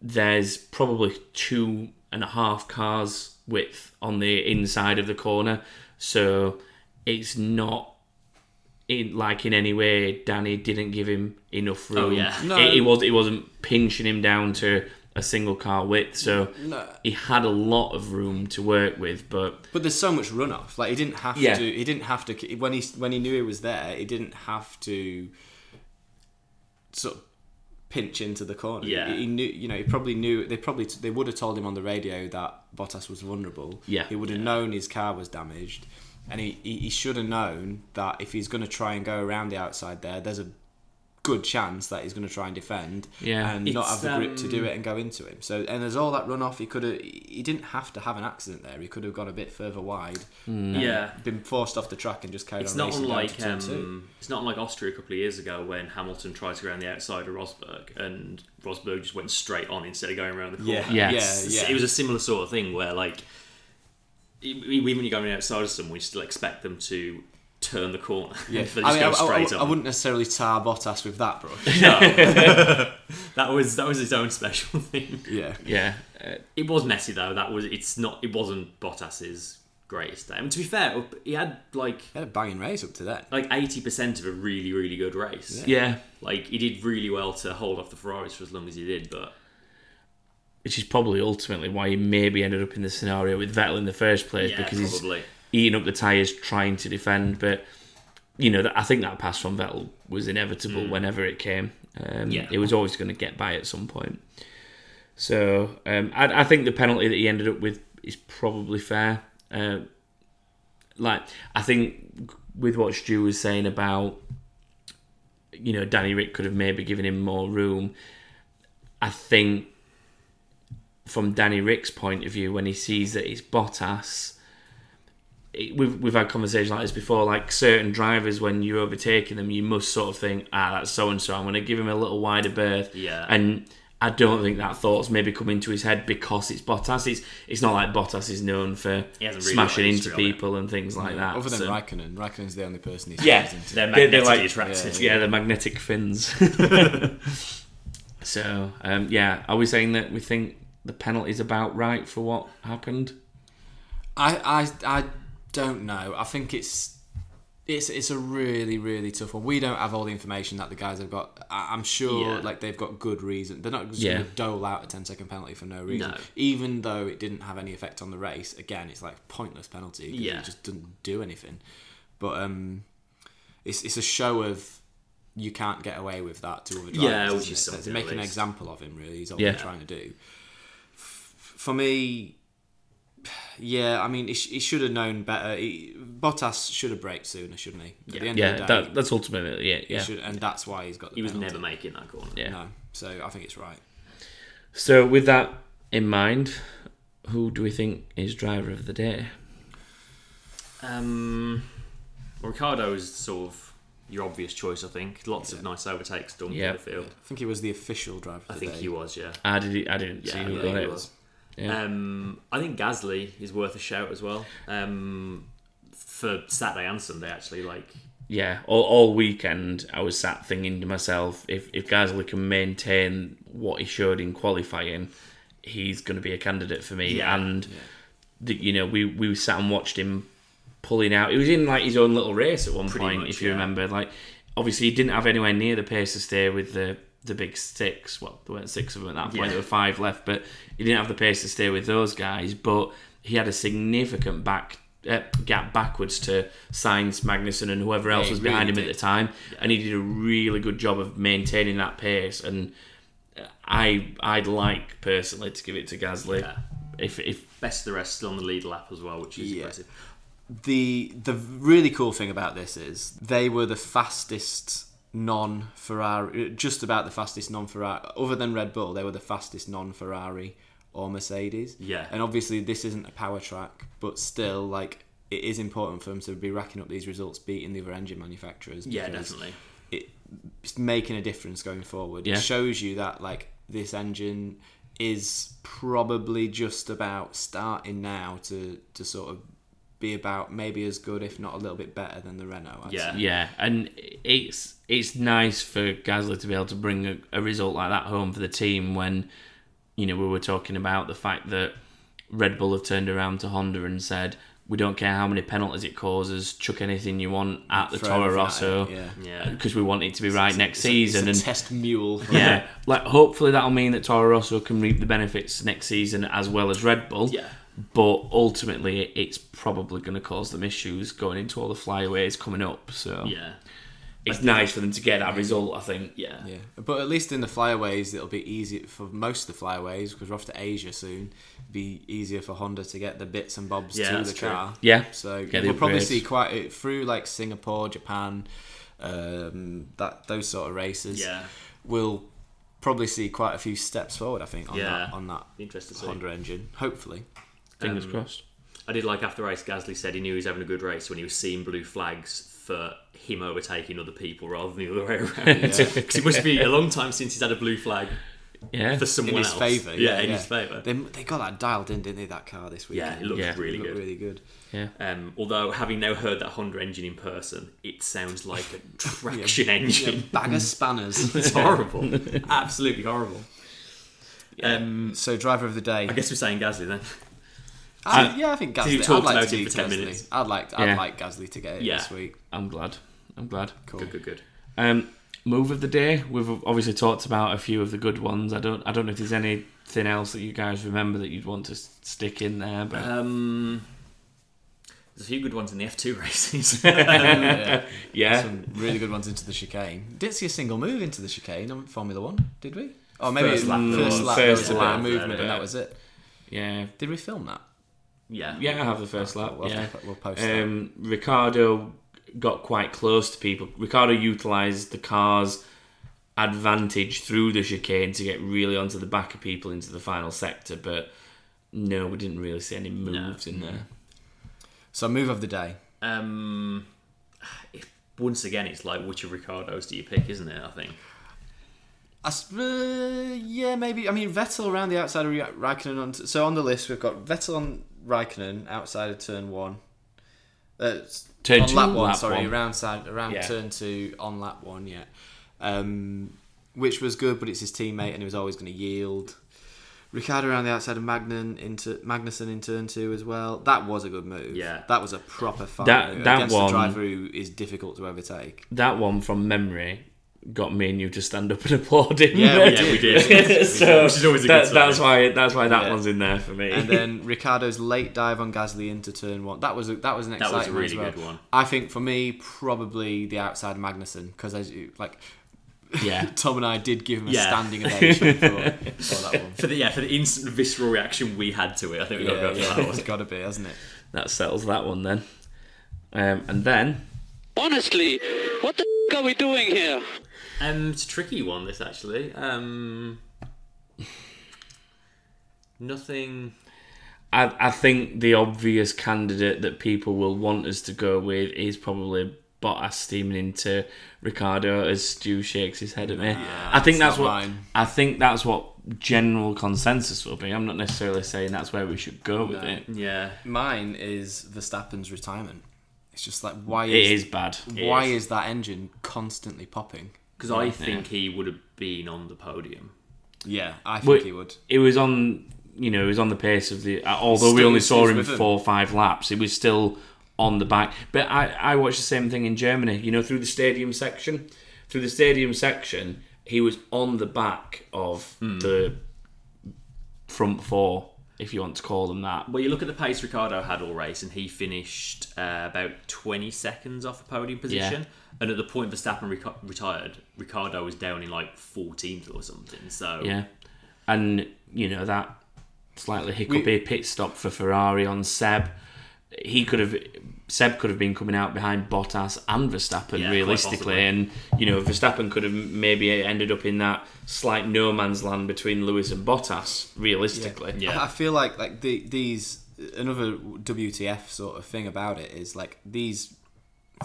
Speaker 6: there's probably two and a half cars width on the inside of the corner, so it's not. In, like in any way, Danny didn't give him enough room.
Speaker 8: yeah.
Speaker 6: It-
Speaker 7: No.
Speaker 6: it, was it wasn't pinching him down to a single car width, so he had a lot of room to work with. But
Speaker 7: But there's so much runoff. Like he didn't have
Speaker 6: Yeah.
Speaker 7: to. He didn't have to. When he when he knew he was there, he didn't have to sort of pinch into the corner.
Speaker 8: Yeah.
Speaker 7: He, he knew. You know, he probably knew. They probably they would have told him on the radio that Bottas was vulnerable.
Speaker 6: Yeah.
Speaker 7: He would have known his car was damaged, and he he, he should have known that if he's going to try and go around the outside there, there's a good chance that he's going to try and defend
Speaker 6: Yeah.
Speaker 7: and not
Speaker 8: It's,
Speaker 7: have the grip to
Speaker 8: um,
Speaker 7: do it and go into him. So and there's all that runoff. He could have. He didn't have to have an accident there. He could have gone a bit further wide,
Speaker 8: Yeah,
Speaker 7: been forced off the track, and just carried
Speaker 8: It's
Speaker 7: on.
Speaker 8: not
Speaker 7: racing down
Speaker 8: unlike
Speaker 7: to turn two.
Speaker 8: um, it's not unlike Austria a couple of years ago when Hamilton tried to go around the outside of Rosberg and Rosberg just went straight on instead of going around the corner.
Speaker 7: Yeah,
Speaker 6: Yes.
Speaker 7: yeah, yeah.
Speaker 8: It was a similar sort of thing where like e- even when you're going outside of someone, you still expect them to turn the corner.
Speaker 7: Yeah.
Speaker 8: they just
Speaker 7: I, mean,
Speaker 8: go
Speaker 7: I- I-
Speaker 8: straight
Speaker 7: I- I
Speaker 8: on.
Speaker 7: wouldn't necessarily tar Bottas with that brush.
Speaker 8: That was that was his own special thing.
Speaker 7: yeah.
Speaker 6: yeah, uh,
Speaker 8: It was messy though. That was it's not it wasn't Bottas's greatest day. I mean, to be fair, he had like
Speaker 7: Had a banging race up to then.
Speaker 8: like eighty percent of a really really good race.
Speaker 6: yeah.
Speaker 8: Like he did really well to hold off the Ferraris for as long as he did, but
Speaker 6: which is probably ultimately why he maybe ended up in the scenario with Vettel in the first place
Speaker 8: yeah,
Speaker 6: because he's
Speaker 8: probably.
Speaker 6: eating up the tyres trying to defend. But you know, that, I think that pass from Vettel was inevitable whenever it came. Um,
Speaker 8: Mm. Yeah.
Speaker 6: It was always going to get by at some point. So um, I, I think the penalty that he ended up with is probably fair. Uh, like I think with what Stu was saying about you know Danny Rick could have maybe given him more room. I think from Danny Rick's point of view, when he sees that it's Bottas, it, we've we've had conversations like this before. Like certain drivers, when you're overtaking them, you must sort of think, ah, that's so and so. I'm going to give him a little wider berth.
Speaker 8: Yeah.
Speaker 6: And I don't think that thought's maybe come into his head because it's Bottas. It's it's not like Bottas is known for
Speaker 8: hasn't really got
Speaker 6: smashing
Speaker 8: a
Speaker 6: into
Speaker 8: history on it. Mm.
Speaker 6: people and things like that.
Speaker 7: Other than
Speaker 6: so-
Speaker 7: Raikkonen, Raikkonen's the only person he's
Speaker 6: yeah,
Speaker 7: into.
Speaker 8: They're magnetically attracted.
Speaker 6: Yeah, the magnetic fins. so, um, yeah, are we saying that we think the penalty's about right for what happened?
Speaker 7: I, I I don't know. I think it's it's it's a really really tough one. We don't have all the information that the guys have got. I, I'm sure
Speaker 8: Yeah.
Speaker 7: like they've got good reason. They're not just
Speaker 6: Yeah.
Speaker 7: going to dole out a 10 second penalty for no reason,
Speaker 8: No.
Speaker 7: even though it didn't have any effect on the race. Again, it's like pointless penalty. 'cause
Speaker 8: Yeah.
Speaker 7: it just doesn't do anything. But um, it's it's a show of you can't get away with that to other drivers.
Speaker 8: Yeah, which
Speaker 7: isn't
Speaker 8: is
Speaker 7: it?
Speaker 8: something
Speaker 7: to
Speaker 8: at
Speaker 7: make an
Speaker 8: least.
Speaker 7: example of him. Really, is all
Speaker 6: Yeah.
Speaker 7: they're trying to do. F- For me, Yeah, I mean, he, sh- he should have known better. He, Bottas should have braked sooner, shouldn't he? At the end
Speaker 6: Yeah,
Speaker 7: of the day,
Speaker 6: that, that's ultimately it. Yeah.
Speaker 7: he should, and that's why he's got the
Speaker 8: He was
Speaker 7: penalty.
Speaker 8: never making that corner.
Speaker 6: Yeah.
Speaker 7: No, so I think it's right.
Speaker 6: So, with that in mind, who do we think is driver of the day?
Speaker 8: Um, Ricardo is sort of your obvious choice, I think. Lots of nice overtakes done
Speaker 6: Yeah.
Speaker 8: in the field.
Speaker 7: I think he was the official driver. Of
Speaker 8: I
Speaker 7: the
Speaker 8: think
Speaker 7: day.
Speaker 8: he was, yeah.
Speaker 6: I did. I didn't see who
Speaker 8: yeah,
Speaker 6: got
Speaker 8: he
Speaker 6: it.
Speaker 8: was.
Speaker 6: Yeah.
Speaker 8: Um, I think Gasly is worth a shout as well. Um, for Saturday and Sunday, actually, like
Speaker 6: Yeah, all, all weekend I was sat thinking to myself, if if Gasly can maintain what he showed in qualifying, he's going to be a candidate for me.
Speaker 8: Yeah,
Speaker 6: And the, you know, we we sat and watched him pulling out. He was in like his own little race at one
Speaker 8: Pretty
Speaker 6: point,
Speaker 8: much,
Speaker 6: if you
Speaker 8: yeah.
Speaker 6: remember. Like, obviously he didn't have anywhere near the pace to stay with the the big six. Well, there weren't six of them at that point.
Speaker 8: Yeah.
Speaker 6: There were five left, but he didn't have the pace to stay with those guys. But he had a significant back uh, gap backwards to Sainz, Magnussen, and whoever else
Speaker 7: he
Speaker 6: was behind
Speaker 7: really
Speaker 6: him at
Speaker 7: did.
Speaker 6: the time, and he did a really good job of maintaining that pace. And I, I'd like personally to give it to Gasly.
Speaker 8: Yeah.
Speaker 6: If, if
Speaker 8: best of the rest still on the lead lap as well, which is
Speaker 7: Yeah.
Speaker 8: impressive.
Speaker 7: the the really cool thing about this is they were the fastest non Ferrari, just about the fastest non Ferrari, other than Red Bull. They were the fastest non Ferrari or Mercedes.
Speaker 8: Yeah.
Speaker 7: and obviously this isn't a power track, but still, like it is important for them to be racking up these results, beating the other engine manufacturers.
Speaker 8: Yeah,
Speaker 7: because
Speaker 8: definitely.
Speaker 7: it's making a difference going forward.
Speaker 6: Yeah.
Speaker 7: It shows you that like this engine is probably just about starting now to to sort of be about maybe as good, if not a little bit better than the Renault. I'd
Speaker 8: Yeah.
Speaker 7: say.
Speaker 6: yeah, and it's it's nice for Gasly to be able to bring a, a result like that home for the team when you know we were talking about the fact that Red Bull have turned around to Honda and said we don't care how many penalties it causes, chuck anything you want at the
Speaker 7: For
Speaker 6: Toro
Speaker 7: everything at
Speaker 6: Rosso
Speaker 7: it, yeah.
Speaker 8: Yeah,
Speaker 6: because we want it to be right next
Speaker 7: It's a- it's
Speaker 6: season
Speaker 7: a
Speaker 6: and
Speaker 7: test mule.
Speaker 6: yeah, like hopefully that'll mean that Toro Rosso can reap the benefits next season as well as Red Bull.
Speaker 8: Yeah.
Speaker 6: But ultimately, it's probably going to cause them issues going into all the flyaways coming up. So
Speaker 8: yeah,
Speaker 6: it's nice for them to get that result. I think.
Speaker 8: yeah.
Speaker 7: Yeah, but at least in the flyaways, it'll be easier for most of the flyaways because we're off to Asia soon. Be easier for Honda to get the bits and bobs
Speaker 8: Yeah,
Speaker 7: to
Speaker 8: that's
Speaker 7: the
Speaker 8: true.
Speaker 7: car.
Speaker 6: Yeah,
Speaker 7: so
Speaker 6: get the
Speaker 7: we'll probably
Speaker 6: upgrades.
Speaker 7: see quite it through like Singapore, Japan, um, that those sort of races.
Speaker 8: Yeah.
Speaker 7: we'll probably see quite a few steps forward. I think on
Speaker 8: Yeah.
Speaker 7: that on that
Speaker 8: Be interested to see.
Speaker 7: Honda engine. Hopefully,
Speaker 6: Fingers crossed.
Speaker 8: I did like after race. Gasly said he knew he was having a good race when he was seeing blue flags for him overtaking other people rather than the other way around. Because it must be a long time since he's had a blue flag
Speaker 6: Yeah.
Speaker 8: for someone
Speaker 7: in his
Speaker 8: else.
Speaker 7: favour.
Speaker 8: Yeah, in his favour.
Speaker 7: They, they got that dialed in, didn't they? That car this week.
Speaker 8: Yeah, it looked
Speaker 6: Yeah.
Speaker 8: really
Speaker 7: looked
Speaker 8: good.
Speaker 7: really good.
Speaker 8: Um, although, having now heard that Honda engine in person, it sounds like a traction engine.
Speaker 7: Bag of spanners.
Speaker 8: It's horrible. Absolutely horrible. Um,
Speaker 7: so driver of the day.
Speaker 8: I guess we're saying Gasly then.
Speaker 7: I, yeah, I think
Speaker 8: you
Speaker 7: Gasly. I'd
Speaker 8: talked
Speaker 7: like
Speaker 8: about
Speaker 7: to
Speaker 8: him
Speaker 7: see
Speaker 8: for 10
Speaker 7: Gasly.
Speaker 8: minutes?
Speaker 7: I'd like, I'd
Speaker 6: Yeah.
Speaker 7: like Gasly to get it
Speaker 8: Yeah.
Speaker 7: this week.
Speaker 6: I'm glad. I'm glad.
Speaker 7: Cool.
Speaker 8: Good, good, good.
Speaker 6: Um, move of the day. We've obviously talked about a few of the good ones. I don't. I don't know if there's anything else that you guys remember that you'd want to s- stick in there. But
Speaker 8: Um, there's a few good ones in the F2 races. Um,
Speaker 6: yeah,
Speaker 7: Some really good ones into the chicane. Didn't see a single move into the chicane on Formula One, did we? Oh, maybe
Speaker 8: First
Speaker 7: it-
Speaker 8: lap, there
Speaker 7: first
Speaker 8: was-
Speaker 7: lap,
Speaker 6: first
Speaker 7: there was a bit
Speaker 6: lap,
Speaker 7: of movement,
Speaker 6: yeah.
Speaker 7: and that was it.
Speaker 6: yeah,
Speaker 7: Did we film that?
Speaker 8: yeah.
Speaker 6: yeah. I have the first lap.
Speaker 7: We'll,
Speaker 6: yeah.
Speaker 7: we'll post that.
Speaker 6: um, Ricardo got quite close to people. Ricardo utilised the car's advantage through the chicane to get really onto the back of people into the final sector, but no, we didn't really see any moves in there.
Speaker 8: Mm-hmm.
Speaker 7: So move of the day.
Speaker 8: Um, it, once again, it's like which of Ricardo's do you pick, isn't it? I think.
Speaker 7: I s- uh, yeah, maybe. I mean, Vettel around the outside of Ra- Raikkonen. On t- so on the list, we've got Vettel on Raikkonen outside of turn one. Uh, s-
Speaker 6: Turn
Speaker 7: on
Speaker 6: two,
Speaker 7: lap one,
Speaker 6: lap
Speaker 7: sorry,
Speaker 6: one.
Speaker 7: around side, around
Speaker 6: Yeah.
Speaker 7: turn two on lap one, yeah. Um, which was good, but it's his teammate, and he was always going to yield. Ricardo around the outside of Magnan into Magnussen in turn two as well. That was a good move.
Speaker 8: Yeah.
Speaker 7: that was a proper fight
Speaker 6: That-
Speaker 7: move
Speaker 6: that
Speaker 7: against
Speaker 6: one-
Speaker 7: a driver who is difficult to overtake.
Speaker 6: That one from memory got me and you to stand up and applaud him.
Speaker 7: Yeah, we
Speaker 8: Yeah, we did.
Speaker 6: so
Speaker 8: Which is always a good
Speaker 6: that-
Speaker 8: sign.
Speaker 6: that's why that's why that
Speaker 7: Yeah.
Speaker 6: one's in there for me.
Speaker 7: and then Ricardo's late dive on Gasly into turn one. That was a, that was an
Speaker 8: was a
Speaker 7: exciting one
Speaker 8: really
Speaker 7: as well.
Speaker 8: good one.
Speaker 7: I think for me, probably the outside Magnussen because like
Speaker 6: Yeah.
Speaker 7: Tom and I did give him a
Speaker 8: Yeah.
Speaker 7: standing ovation for, for that one.
Speaker 8: For the yeah, for the instant visceral reaction we had to it, I think we got to
Speaker 7: Yeah,
Speaker 8: go for
Speaker 7: yeah,
Speaker 8: that
Speaker 7: it's
Speaker 8: one.
Speaker 7: got to be, hasn't it?
Speaker 6: That settles that one then. Um, and then
Speaker 2: Honestly, what the f- are we doing here?
Speaker 8: Um, it's a tricky one. This actually. Um, nothing.
Speaker 6: I, I think the obvious candidate that people will want us to go with is probably Bottas steaming into Ricardo as Stu shakes his head at me. I think
Speaker 7: it's
Speaker 6: that's
Speaker 7: not
Speaker 6: what
Speaker 7: mine.
Speaker 6: I think that's what general consensus will be. I'm not necessarily saying that's where we should go with it.
Speaker 8: Yeah.
Speaker 7: Mine is Verstappen's retirement. It's just like why
Speaker 6: It
Speaker 7: is,
Speaker 6: is bad.
Speaker 7: why is. that engine constantly popping?
Speaker 8: Because I think he would have been on the podium.
Speaker 7: Yeah, I think
Speaker 6: But
Speaker 7: he would.
Speaker 6: It was on, you know, it was on the pace of the. Although we
Speaker 7: Still,
Speaker 6: only
Speaker 7: he's
Speaker 6: saw him
Speaker 7: with him.
Speaker 6: four or five laps, it was still on the back. But I, I watched the same thing in Germany. You know, through the stadium section, through the stadium section, he was on the back of
Speaker 7: Hmm.
Speaker 6: the front four, if you want to call them that.
Speaker 8: Well, you look at the pace Ricardo had all race, and he finished uh, about 20 seconds off a podium position. And at the point Verstappen reco- retired, Ricardo was down in like 14th or something. So
Speaker 6: Yeah, and you know that slightly hiccupy pit stop for Ferrari on Seb. He could have Seb could have been coming out behind Bottas and Verstappen
Speaker 8: Yeah, quite
Speaker 6: realistically,
Speaker 8: possibly.
Speaker 6: and you know Verstappen could have maybe ended up in that slight no man's land between Lewis and Bottas realistically.
Speaker 8: Yeah.
Speaker 7: I I feel like like the, these another WTF sort of thing about it is like these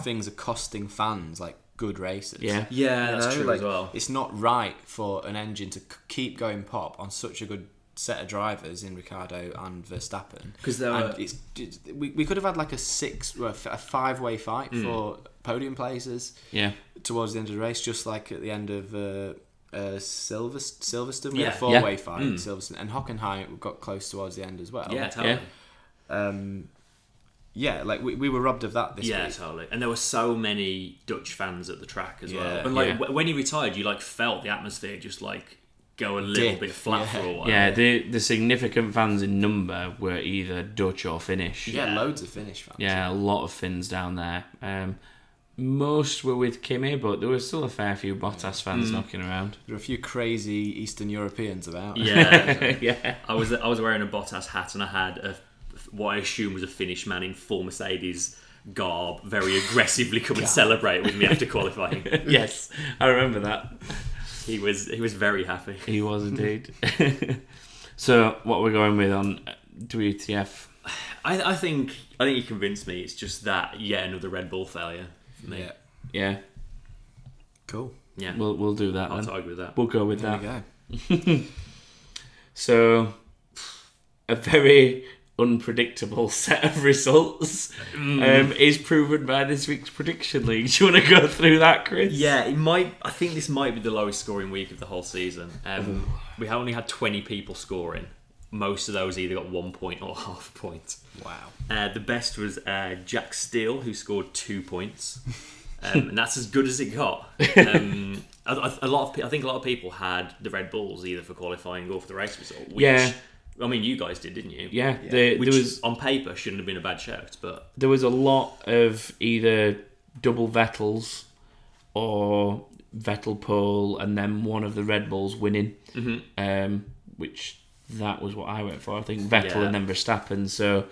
Speaker 7: things are costing fans like good races.
Speaker 6: Yeah.
Speaker 8: yeah, that's
Speaker 7: You know,
Speaker 8: true
Speaker 7: like,
Speaker 8: as well.
Speaker 7: It's not right for an engine to c- keep going pop on such a good set of drivers in Ricardo and Verstappen.
Speaker 8: 'Cause there
Speaker 7: And
Speaker 8: were-
Speaker 7: it's, it's- we, we could have had like a six, well, a five way fight
Speaker 8: Hmm.
Speaker 7: for podium places
Speaker 6: yeah.
Speaker 7: towards the end of the race, just like at the end of uh, uh, Silver, Silverstone, we had
Speaker 8: Yeah.
Speaker 7: a four way
Speaker 6: Yeah.
Speaker 7: fight at Silverstone, and Hockenheim got close towards the end as well.
Speaker 8: Yeah, totally.
Speaker 6: Yeah.
Speaker 7: um, yeah, like we, we were robbed of that this
Speaker 8: Yeah,
Speaker 7: week.
Speaker 8: totally. And there were so many Dutch fans at the track as
Speaker 7: Yeah.
Speaker 8: well. And like
Speaker 6: Yeah.
Speaker 8: w- when he retired, you like felt the atmosphere just like go a little
Speaker 7: Dip,
Speaker 8: bit flat
Speaker 7: yeah.
Speaker 8: for a while.
Speaker 6: Yeah, the the significant fans in number were either Dutch or Finnish.
Speaker 7: Yeah, loads of Finnish fans.
Speaker 6: Yeah, a lot of Finns down there. Um, most were with Kimi, but there were still a fair few Bottas fans knocking around.
Speaker 7: There were a few crazy Eastern Europeans about.
Speaker 8: Yeah.
Speaker 6: yeah.
Speaker 8: I was I was wearing a Bottas hat and I had a what I assume was a Finnish man in full Mercedes garb, very aggressively come and celebrate with me after qualifying.
Speaker 6: Yes, I remember that.
Speaker 8: He was he was very happy.
Speaker 6: He was indeed. so, what we're going with on WTF?
Speaker 8: I, I think I think you convinced me. It's just that yet another Red Bull failure for me.
Speaker 7: Yeah.
Speaker 8: Yeah,
Speaker 6: Yeah,
Speaker 7: Cool.
Speaker 6: we'll we'll do that
Speaker 8: I'll
Speaker 6: then.
Speaker 8: argue with that.
Speaker 6: We'll go with
Speaker 7: There
Speaker 6: that.
Speaker 7: we go.
Speaker 6: So, a very unpredictable set of results um, is proven by this week's prediction league. Do you want to go through that, Chris?
Speaker 8: Yeah, it might. I think this might be the lowest scoring week of the whole season. Um, we only had twenty people scoring. Most of those either got one point or half a point.
Speaker 7: Wow.
Speaker 8: Uh, the best was uh, Jack Steele, who scored two points, um, and that's as good as it got. Um, a, a- a lot of, pe- I think a lot of people had the Red Bulls either for qualifying or for the race result. Which,
Speaker 6: Yeah.
Speaker 8: I mean, you guys did, didn't you?
Speaker 6: Yeah, there-
Speaker 8: Which
Speaker 6: there was
Speaker 8: on paper shouldn't have been a bad shout, but
Speaker 6: there was a lot of either double Vettels or Vettel pole, and then one of the Red Bulls winning, um, which that was what I went for. I think Vettel
Speaker 8: Yeah.
Speaker 6: and then Verstappen. So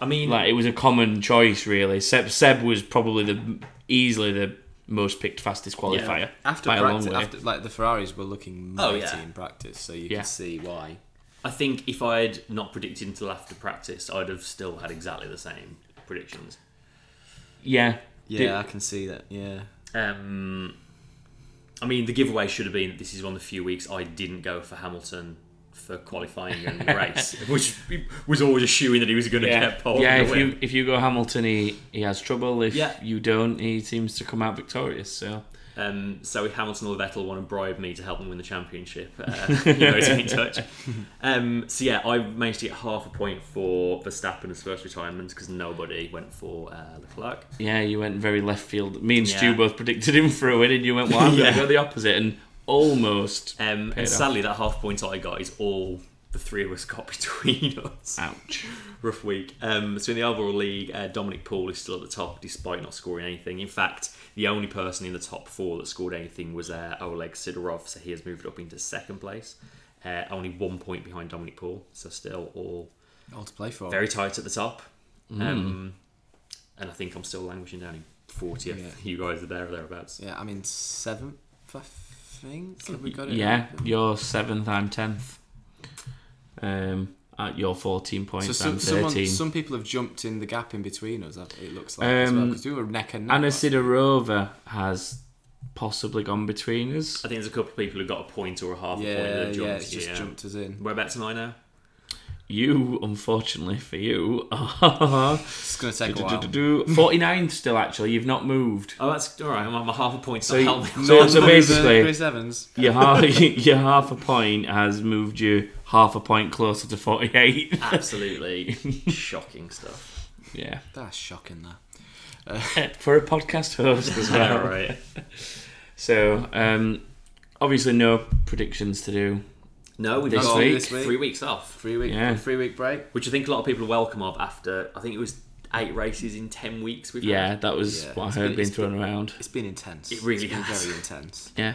Speaker 8: I mean,
Speaker 6: like it was a common choice really. Seb Seb was probably the easily the most picked fastest qualifier
Speaker 7: After
Speaker 6: by
Speaker 7: practice,
Speaker 6: a long way.
Speaker 7: after like the Ferraris were looking
Speaker 8: Oh,
Speaker 7: mighty
Speaker 8: yeah.
Speaker 7: in practice, so you
Speaker 6: Yeah.
Speaker 7: can see why.
Speaker 8: I think if I had not predicted until after practice, I'd have still had exactly the same predictions.
Speaker 6: yeah,
Speaker 7: Yeah,
Speaker 6: Did-
Speaker 7: I can see that. Yeah,
Speaker 8: Um, I mean, the giveaway should have been this is one of the few weeks I didn't go for Hamilton for qualifying and race, which was always assuming that he was going to
Speaker 6: yeah,
Speaker 8: get pole.
Speaker 6: yeah.
Speaker 8: and
Speaker 6: If
Speaker 8: win.
Speaker 6: you if you go Hamilton, he, he has trouble. If
Speaker 8: Yeah.
Speaker 6: you don't, he seems to come out victorious. So
Speaker 8: Um, so if Hamilton or Vettel want to bribe me to help them win the championship, uh, you know, to be in touch. Um, so yeah, I managed to get half a point for Verstappen's first retirement because nobody went for uh, Leclerc.
Speaker 6: Yeah, you went very left field. Me and Stu
Speaker 8: Yeah.
Speaker 6: both predicted him for a win, and you went, "Well, I'm going
Speaker 8: Yeah.
Speaker 6: to go the opposite," and almost.
Speaker 8: Um, and
Speaker 6: off.
Speaker 8: sadly, that half point I got is all the three of us got between us.
Speaker 6: Ouch.
Speaker 8: Rough week. Um, so in the overall league, uh, Dominic Paul is still at the top despite not scoring anything. In fact, the only person in the top four that scored anything was uh, Oleg Sidorov, so he has moved up into second place. Uh, only one point behind Dominic Paul, so still all
Speaker 7: All to play for.
Speaker 8: very tight at the top.
Speaker 7: Hmm.
Speaker 8: Um, and I think I'm still languishing down in 40th.
Speaker 7: Yeah.
Speaker 8: You guys are there or thereabouts.
Speaker 7: Yeah, I mean seventh, I think. Have we got it?
Speaker 6: Yeah, you're seventh. I'm tenth. Um, at your fourteen points,
Speaker 7: So
Speaker 6: I'm
Speaker 7: some, someone,
Speaker 6: thirteen.
Speaker 7: some people have jumped in the gap in between us. It looks like as well
Speaker 6: Um,
Speaker 7: because we were neck and neck.
Speaker 6: Anna
Speaker 7: wasn't
Speaker 6: Sidorova has possibly gone between us.
Speaker 8: I think there's a couple of people who got a point or a half
Speaker 7: we?
Speaker 8: a point
Speaker 7: yeah,
Speaker 8: that jumped.
Speaker 7: yeah, it's just
Speaker 8: yeah.
Speaker 7: jumped us in.
Speaker 8: Whereabouts am I now?
Speaker 6: You, unfortunately for you, are
Speaker 7: It's gonna take a while.
Speaker 6: 49th still. Actually, you've not moved.
Speaker 8: Oh, that's all right. I'm, I'm a half a point. So
Speaker 6: you-
Speaker 8: help me.
Speaker 6: So- so
Speaker 7: Number
Speaker 6: basically-
Speaker 7: Chris Evans.
Speaker 6: Your half, your half a point has moved you half a point closer to forty-eight.
Speaker 7: Ah.
Speaker 8: Absolutely shocking stuff.
Speaker 6: yeah,
Speaker 7: That's shocking. That
Speaker 6: for a podcast host as well.
Speaker 8: All right.
Speaker 6: So, um, obviously, no predictions to do.
Speaker 8: No, we've
Speaker 6: This
Speaker 8: got
Speaker 6: week?
Speaker 7: This week?
Speaker 8: three weeks off,
Speaker 7: three week,
Speaker 6: Yeah.
Speaker 7: three week break.
Speaker 8: which I think a lot of people are welcome of after. I think it was eight races in ten weeks. We've
Speaker 6: Yeah,
Speaker 8: had.
Speaker 6: that was
Speaker 7: Yeah,
Speaker 6: what I
Speaker 7: it's
Speaker 6: heard
Speaker 7: been-
Speaker 6: being
Speaker 7: it's
Speaker 6: thrown
Speaker 7: been-
Speaker 6: around.
Speaker 7: It's been intense.
Speaker 8: It really
Speaker 7: It's been
Speaker 8: has.
Speaker 7: very intense.
Speaker 6: Yeah,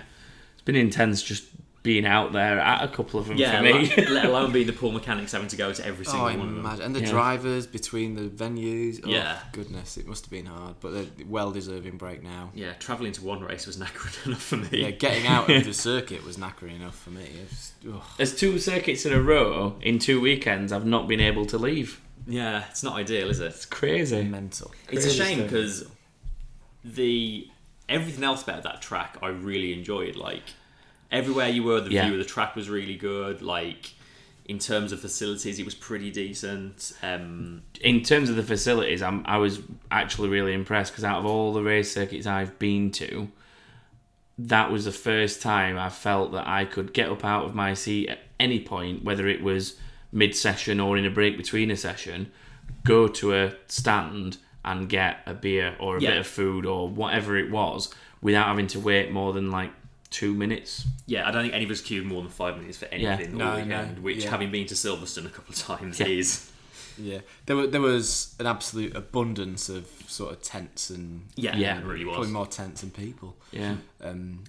Speaker 6: it's been intense just being out there at a couple of them
Speaker 8: yeah.
Speaker 6: for me.
Speaker 8: Let, let alone being the poor mechanics having to go to every single
Speaker 7: Oh,
Speaker 8: one of them.
Speaker 7: imagine. And the
Speaker 6: Yeah.
Speaker 7: drivers between the venues. Oh,
Speaker 8: Yeah.
Speaker 7: Goodness, it must have been hard, but they're well deserving break now.
Speaker 8: Yeah, travelling to one race was knackered enough for me.
Speaker 7: Yeah, getting out of the circuit was knackering enough for me. It was- ugh.
Speaker 6: There's two circuits in a row in two weekends. I've not been able to leave.
Speaker 8: Yeah, it's not ideal, is it?
Speaker 6: It's crazy.
Speaker 7: mental.
Speaker 8: It's a
Speaker 6: Crazy
Speaker 8: shame
Speaker 6: stuff.
Speaker 8: because the everything else about that track I really enjoyed. Like everywhere you were, the
Speaker 6: Yeah.
Speaker 8: view of the track was really good. Like in terms of facilities, it was pretty decent. Um,
Speaker 6: In terms of the facilities, I'm, I was actually really impressed because out of all the race circuits I've been to, that was the first time I felt that I could get up out of my seat at any point, whether it was mid session or in a break between a session, go to a stand and get a beer or a
Speaker 8: Yeah.
Speaker 6: bit of food or whatever it was without having to wait more than like two minutes.
Speaker 8: yeah, I don't think any of us queued more than five minutes for
Speaker 6: Yeah.
Speaker 8: anything
Speaker 7: No,
Speaker 8: all
Speaker 7: no,
Speaker 8: weekend. which,
Speaker 7: yeah.
Speaker 8: having been to Silverstone a couple of times,
Speaker 6: Yeah.
Speaker 8: is
Speaker 7: Yeah, there was there was an absolute abundance of sort of tents and
Speaker 8: yeah,
Speaker 6: Yeah.
Speaker 8: it really was.
Speaker 7: probably more tents than people.
Speaker 6: Yeah.
Speaker 7: Um,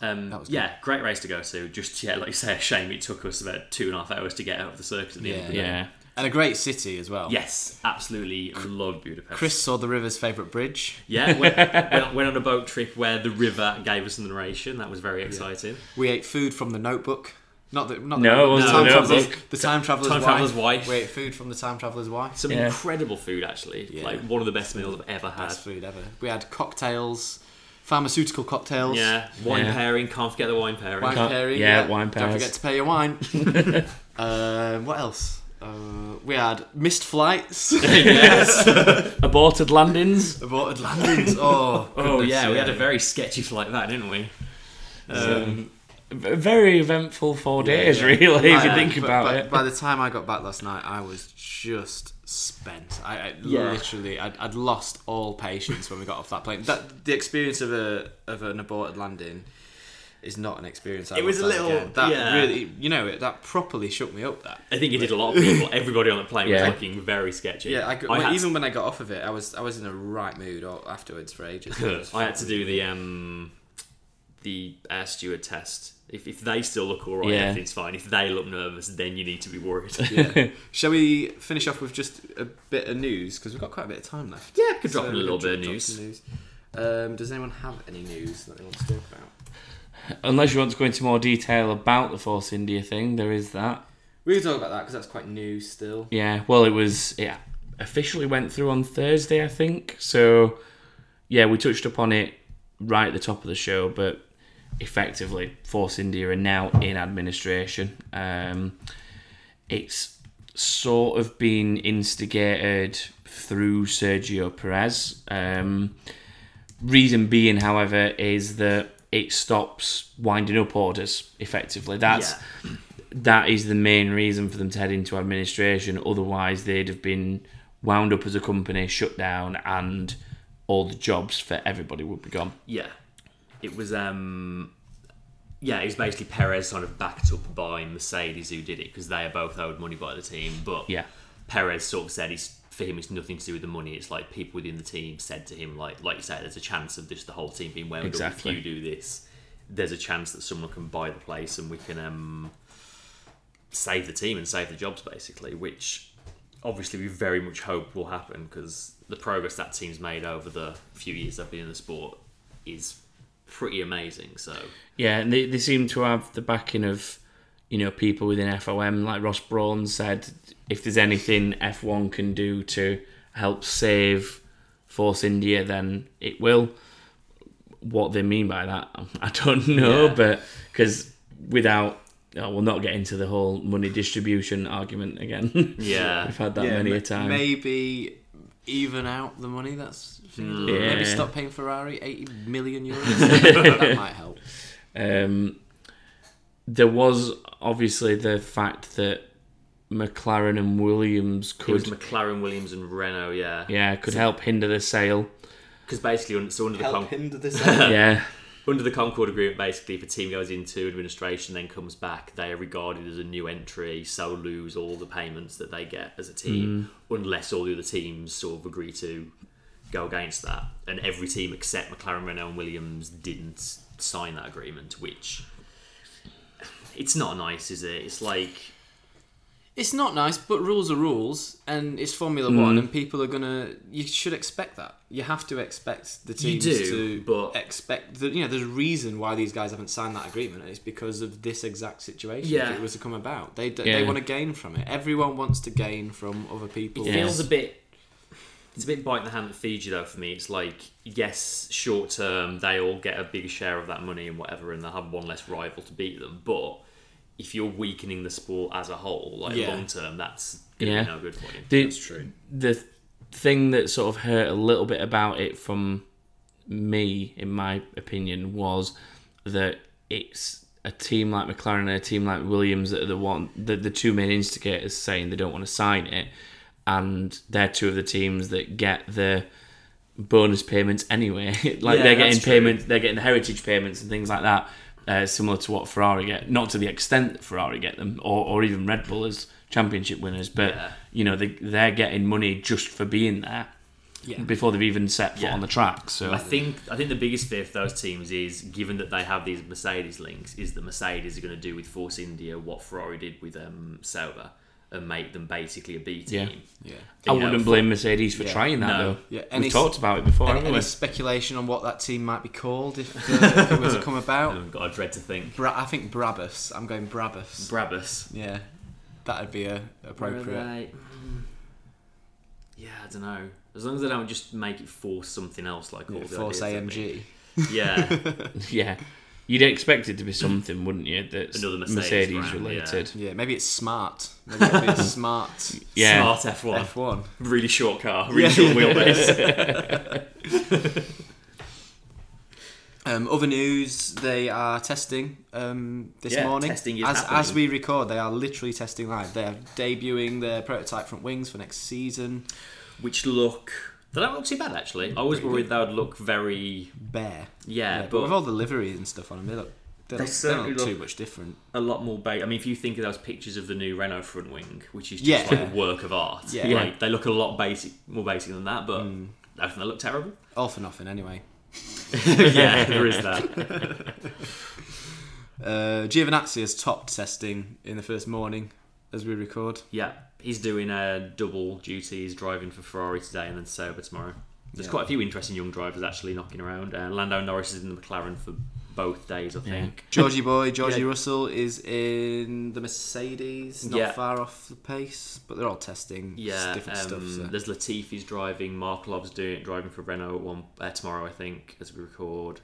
Speaker 8: Um,
Speaker 7: was good.
Speaker 8: yeah, great race to go to. Just yeah, like you say, a shame it took us about two and a half hours to get out of the circuit at the end. Of the day.
Speaker 6: Yeah.
Speaker 7: and a great city as well.
Speaker 8: Yes, absolutely love Budapest.
Speaker 7: Chris saw the river's favourite bridge.
Speaker 8: Yeah, went, went, went on a boat trip where the river gave us the narration. That was very exciting.
Speaker 7: We ate food from the notebook. Not the not the,
Speaker 6: No, it
Speaker 7: the
Speaker 6: wasn't
Speaker 7: time
Speaker 6: the
Speaker 7: traveler's
Speaker 6: Notebook.
Speaker 7: the time traveler's
Speaker 8: Time
Speaker 7: wife.
Speaker 8: Traveller's Wife.
Speaker 7: We ate food from the time traveler's wife.
Speaker 8: Some
Speaker 6: Yeah.
Speaker 8: incredible food, actually. Like one of the best meals I've ever had.
Speaker 7: best food ever. We had cocktails, pharmaceutical cocktails.
Speaker 8: Yeah, wine
Speaker 6: Yeah.
Speaker 8: pairing. Can't forget the wine pairing.
Speaker 7: Wine
Speaker 6: Can't-
Speaker 7: pairing.
Speaker 6: yeah, wine
Speaker 7: Don't
Speaker 6: pairs.
Speaker 7: forget to pay your wine. um, what else? Uh, we had missed flights,
Speaker 6: Aborted landings.
Speaker 7: aborted landings. Oh,
Speaker 8: Oh
Speaker 7: goodness,
Speaker 8: yeah, we had a very sketchy flight that, didn't we? Um,
Speaker 6: V- Very eventful four days, really, if you
Speaker 7: I-
Speaker 6: think
Speaker 7: uh, but-
Speaker 6: about
Speaker 7: but
Speaker 6: it.
Speaker 7: By the time I got back last night, I was just spent. I, I
Speaker 8: Yeah.
Speaker 7: literally, I'd, I'd lost all patience when we got off that plane. That the experience of a of an aborted landing is not an experience. I
Speaker 8: It was
Speaker 7: want
Speaker 8: a
Speaker 7: that
Speaker 8: little-
Speaker 7: again. That
Speaker 8: yeah.
Speaker 7: really, you know, it, that properly shook me up. That.
Speaker 8: I think it did a lot of people. Everybody on the plane
Speaker 6: Yeah.
Speaker 8: was looking very sketchy.
Speaker 7: Yeah, I, got-
Speaker 8: had
Speaker 7: well,
Speaker 8: to-
Speaker 7: even when I got off of it, I was I was in a right mood all, afterwards for ages.
Speaker 8: I had to do the um, the air steward test. If, if they still look all right,
Speaker 6: Yeah.
Speaker 8: everything's fine. If they look nervous, then you need to be worried.
Speaker 7: Shall we finish off with just a bit of news because we've got quite a bit of time left.
Speaker 8: Yeah, we could drop in a
Speaker 7: we
Speaker 8: little
Speaker 7: could
Speaker 8: bit of
Speaker 7: drop some news. Um, does anyone have any news that they want to talk about?
Speaker 6: Unless you want to go into more detail about the Force India thing, there is that.
Speaker 7: We can talk about that because that's quite new still.
Speaker 6: Yeah, well, it was yeah officially went through on Thursday, I think. So yeah, we touched upon it right at the top of the show, but effectively, Force India are now in administration. Um, it's sort of been instigated through Sergio Perez. Um, reason being, however, is that it stops winding up orders. Effectively, that's
Speaker 8: Yeah.
Speaker 6: that is the main reason for them to head into administration. Otherwise, they'd have been wound up as a company, shut down, and all the jobs for everybody would be gone.
Speaker 8: Yeah, it was. um yeah, it was basically Perez kind of backed up by Mercedes who did it because they are both owed money by the team. But
Speaker 6: Yeah.
Speaker 8: Perez sort of said it's for him it's nothing to do with the money. It's like people within the team said to him like like you say, there's a chance of this the whole team being wound
Speaker 6: Exactly.
Speaker 8: up if you do this. There's a chance that someone can buy the place and we can um, save the team and save the jobs basically, which obviously we very much hope will happen because the progress that team's made over the few years they've been in the sport is pretty amazing. So
Speaker 6: Yeah, and they, they seem to have the backing of, you know, people within FOM. Like Ross Brawn said, if there's anything F1 can do to help save Force India, then it will. What they mean by that, I don't know,
Speaker 8: Yeah.
Speaker 6: but because without, oh, we'll not get into the whole money distribution argument again.
Speaker 8: Yeah.
Speaker 6: We've had that many
Speaker 7: ma-
Speaker 6: a time.
Speaker 7: Maybe even out the money that's
Speaker 6: Yeah.
Speaker 7: maybe stop paying Ferrari eighty million euros. that might help.
Speaker 6: Um, there was obviously the fact that McLaren and Williams
Speaker 8: It was
Speaker 6: could
Speaker 8: McLaren, Williams, and Renault. Yeah,
Speaker 6: Yeah, could help hinder the sale.
Speaker 8: Because basically, un- so under the Con-
Speaker 6: Yeah,
Speaker 8: under the Concord Agreement, basically, if a team goes into administration then comes back, they are regarded as a new entry, so lose all the payments that they get as a team, unless all the other teams sort of agree to go against that. And every team except McLaren, Renault, and Williams didn't sign that agreement, which it's not nice, is it? It's like
Speaker 7: It's not nice, but rules are rules, and it's Formula
Speaker 8: Mm.
Speaker 7: One, and people are gonna. You should expect that. You have to expect the teams
Speaker 8: do,
Speaker 7: to
Speaker 8: but-
Speaker 7: expect. The, you know, there's a reason why these guys haven't signed that agreement, and it's because of this exact situation.
Speaker 8: Yeah.
Speaker 7: If it was to come about, they d-
Speaker 6: Yeah.
Speaker 7: they want to gain from it. Everyone wants to gain from other people.
Speaker 8: It feels a bit. It's a bit biting the hand that feeds you, though. For me, it's like yes, short term they all get a bigger share of that money and whatever, and they have one less rival to beat them. But if you're weakening the sport as a whole, like
Speaker 7: Yeah.
Speaker 8: long term, that's gonna
Speaker 6: Yeah.
Speaker 8: be no good for you.
Speaker 6: the, The thing that sort of hurt a little bit about it from me, in my opinion, was that it's a team like McLaren and a team like Williams that are the one the, the two main instigators saying they don't want to sign it, and they're two of the teams that get the bonus payments anyway. like
Speaker 8: Yeah,
Speaker 6: they're getting
Speaker 8: that's true.
Speaker 6: payments, they're getting heritage payments and things like that. Uh, similar to what Ferrari get, not to the extent that Ferrari get them, or, or even Red Bull as championship winners, but you know they, they're getting money just for being there
Speaker 7: Yeah.
Speaker 6: before they've even set foot
Speaker 8: Yeah.
Speaker 6: on the track. So
Speaker 8: I think I think the biggest fear for those teams is, given that they have these Mercedes links, is that Mercedes are going to do with Force India what Ferrari did with um, Sauber and make them basically a B team.
Speaker 7: Yeah.
Speaker 6: Yeah. I
Speaker 8: You know,
Speaker 6: wouldn't
Speaker 8: for-
Speaker 6: blame Mercedes for trying that
Speaker 8: No.
Speaker 6: though.
Speaker 7: Yeah, and
Speaker 6: We've
Speaker 7: it's-
Speaker 6: talked about it before,
Speaker 7: Any,
Speaker 6: haven't
Speaker 7: any
Speaker 6: we?
Speaker 7: speculation on what that team might be called if, uh, if it were to come about?
Speaker 8: God, I dread to think.
Speaker 7: Bra- I think Brabus. I'm going Brabus.
Speaker 8: Brabus.
Speaker 7: yeah, that'd be a appropriate.
Speaker 8: Right. mm. Yeah, I don't know. As long as they don't just make it force something else, like all the
Speaker 7: Force
Speaker 8: ideas
Speaker 7: AMG.
Speaker 8: they've been- Yeah,
Speaker 6: Yeah, you'd expect it to be something, wouldn't you? That's
Speaker 8: Another
Speaker 6: Mercedes,
Speaker 8: Mercedes brand,
Speaker 6: related.
Speaker 7: Yeah, maybe it's smart. Maybe it'd be a smart
Speaker 6: Yeah,
Speaker 8: smart F one,
Speaker 7: F1.
Speaker 8: really short car, really short wheelbase.
Speaker 7: Um, other news: they are testing um, this
Speaker 8: Yeah,
Speaker 7: morning.
Speaker 8: testing is
Speaker 7: as,
Speaker 8: happening.
Speaker 7: as we record, they are literally testing live. They are debuting their prototype front wings for next season.
Speaker 8: Which look they don't look too bad actually. I was worried they would look very
Speaker 7: Bare,
Speaker 8: yeah,
Speaker 7: but,
Speaker 8: but,
Speaker 7: with all the liveries and stuff on them, they look they, look, they don't
Speaker 8: certainly
Speaker 7: look, too
Speaker 8: look-
Speaker 7: much different.
Speaker 8: a lot more. Ba- I mean, if you think of those pictures of the new Renault front wing, which is just
Speaker 7: Yeah.
Speaker 8: like a work of art,
Speaker 7: Yeah. Hmm.
Speaker 8: like, they look a lot basic, more basic than that, but. I think they look terrible.
Speaker 7: All for nothing, anyway.
Speaker 8: yeah, there is that.
Speaker 7: Uh, Giovinazzi has topped testing in the first morning as we record.
Speaker 8: Yeah, he's doing a double duty. He's driving for Ferrari today and then Sauber tomorrow. There's quite a few interesting young drivers actually knocking around. Uh, Lando Norris is in the McLaren for both days, I think.
Speaker 7: Georgie boy, Georgie
Speaker 8: Yeah.
Speaker 7: Russell is in the Mercedes, not
Speaker 8: Yeah.
Speaker 7: far off the pace, but they're all testing
Speaker 8: Yeah,
Speaker 7: different stuff.
Speaker 8: um,
Speaker 7: so-
Speaker 8: there's Latifi's driving. Mark Love's doing it, driving for Renault at one uh, tomorrow, I think, as we record.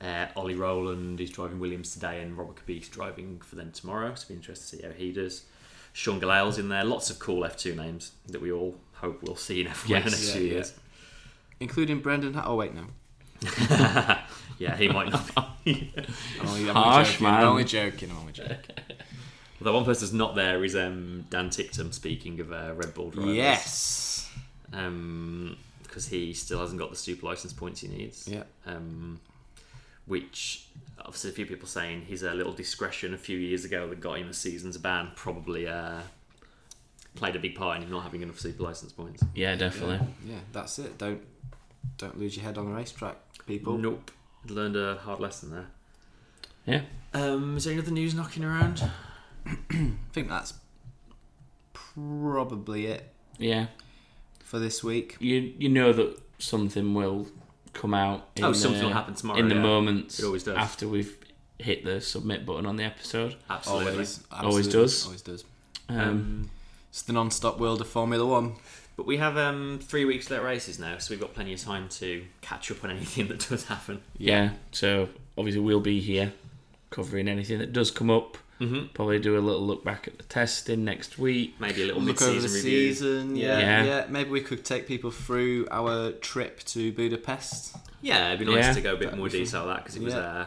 Speaker 8: Uh, Ollie Rowland is driving Williams today, and Robert Kubica's driving for them tomorrow. So it'll be interesting to see how he does. Sean Gallale's in there. Lots of cool F2 names that we all hope we'll see in F1 in the
Speaker 6: Yes.
Speaker 8: next
Speaker 7: Yeah,
Speaker 8: few
Speaker 7: yeah.
Speaker 8: years.
Speaker 7: including Brendan. Ha- oh wait, no.
Speaker 8: Yeah, he might not be.
Speaker 7: I'm only, I'm only
Speaker 6: Harsh,
Speaker 7: joking.
Speaker 6: man.
Speaker 7: I'm only joking. I'm only joking.
Speaker 8: The one person that's not there is um, Dan Ticktum. Speaking of uh, Red Bull drivers, Um,
Speaker 7: yes.
Speaker 8: because he still hasn't got the super license points he needs.
Speaker 7: Yeah.
Speaker 8: Um, which obviously a few people saying his uh, little discretion a few years ago that got him a season's ban probably uh, played a big part in him not having enough super license points.
Speaker 6: Yeah, definitely.
Speaker 7: Yeah, that's it. Don't don't lose your head on the racetrack,
Speaker 6: Oh.
Speaker 7: people.
Speaker 8: Nope, learned a hard lesson there.
Speaker 6: Yeah.
Speaker 8: Um, is there any other news knocking around?
Speaker 7: I think that's probably it
Speaker 6: Yeah.
Speaker 7: for this week.
Speaker 6: You you know that something will come out. In
Speaker 8: Oh, something
Speaker 6: the-
Speaker 8: will happen tomorrow,
Speaker 6: In the
Speaker 8: yeah.
Speaker 6: moments.
Speaker 8: It always does.
Speaker 6: After we've hit the submit button on the episode.
Speaker 8: Absolutely.
Speaker 6: Always does.
Speaker 7: Always does.
Speaker 6: Um,
Speaker 7: It's the non-stop world of Formula One.
Speaker 8: But we have um, three weeks left races now, so we've got plenty of time to catch up on anything that does happen.
Speaker 6: yeah. So obviously we'll be here covering anything that does come up. Mm-hmm. Probably do a little look back at the testing next week.
Speaker 8: Maybe a little
Speaker 7: Look over
Speaker 8: mid-season
Speaker 7: the
Speaker 8: review.
Speaker 7: season. Yeah,
Speaker 6: Yeah.
Speaker 7: yeah, Maybe we could take people through our trip to Budapest.
Speaker 8: Yeah, it'd be nice
Speaker 6: Yeah.
Speaker 8: to go a bit
Speaker 7: That'd
Speaker 8: more
Speaker 7: be fun.
Speaker 8: detail of that because it was
Speaker 7: Yeah.
Speaker 8: uh,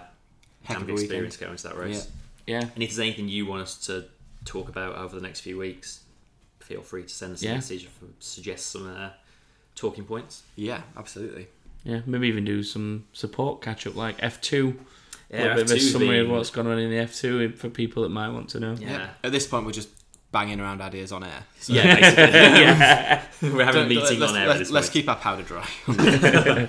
Speaker 7: Heck
Speaker 8: damn
Speaker 7: of
Speaker 8: good
Speaker 7: a weekend.
Speaker 8: experience going to that race.
Speaker 7: Yeah.
Speaker 6: Yeah.
Speaker 8: And if there's anything you want us to talk about over the next few weeks, feel free to send us
Speaker 6: Yeah.
Speaker 8: a message or suggest some uh, talking points.
Speaker 7: Yeah, absolutely.
Speaker 6: Yeah. Maybe even do some support catch up like F two.
Speaker 8: Yeah,
Speaker 6: a bit of a
Speaker 8: F2
Speaker 6: summary of
Speaker 8: being-
Speaker 6: what's gone on in the F two for people that might want to know.
Speaker 8: Yeah,
Speaker 7: Yeah. At this point, we're just banging around ideas on air. So
Speaker 8: yeah, basically. We're having a meeting
Speaker 7: let's,
Speaker 8: on air at
Speaker 7: let's-
Speaker 8: this
Speaker 7: let's
Speaker 8: point.
Speaker 7: keep our powder dry.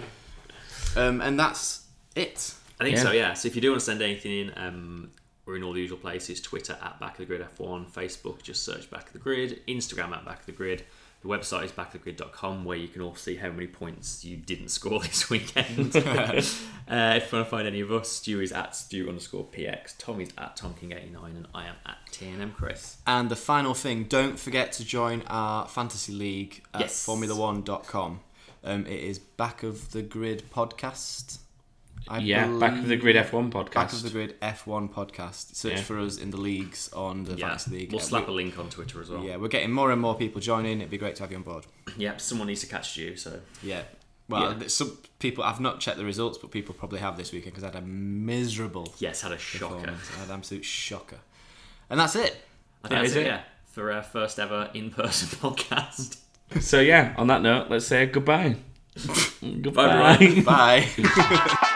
Speaker 7: um, and that's it.
Speaker 8: I think
Speaker 6: Yeah.
Speaker 8: so, yeah. So if you do want to send anything in, um, we're in all the usual places Twitter at Back of the Grid F1, Facebook, just search Back of the Grid, Instagram at Back of the Grid. The website is backofthegrid.com where you can all see how many points you didn't score this weekend. uh, if you want to find any of us, Stu is at Stu underscore PX, Tommy's at Tomking89, and I am at TNM Chris.
Speaker 7: And the final thing, don't forget to join our fantasy league at
Speaker 8: Yes.
Speaker 7: formula1.com. Um, it is Back of the Grid podcast. I
Speaker 6: Yeah, back of the grid F one podcast.
Speaker 7: Back of the Grid F1 podcast. Search
Speaker 6: Yeah.
Speaker 7: for us in the leagues on the
Speaker 8: Yeah,
Speaker 7: fantasy league.
Speaker 8: we'll
Speaker 7: Uh,
Speaker 8: slap a link on Twitter as well.
Speaker 7: we- yeah, we're getting more and more people joining. It'd be great to have you on board.
Speaker 8: Yep, someone needs to catch Stu, so
Speaker 7: Yeah. Well,
Speaker 8: Yeah.
Speaker 7: th- some people I've not checked the results, but people probably have this weekend because I had a miserable
Speaker 8: yes, had a shocker.
Speaker 7: performance. I had an absolute shocker. And that's it.
Speaker 8: I think
Speaker 6: That
Speaker 8: that's
Speaker 6: is
Speaker 8: it,
Speaker 6: it.
Speaker 8: yeah, for our first ever in-person podcast.
Speaker 6: So yeah, on that note, let's say goodbye. goodbye.
Speaker 8: Bye, everyone.
Speaker 7: Bye.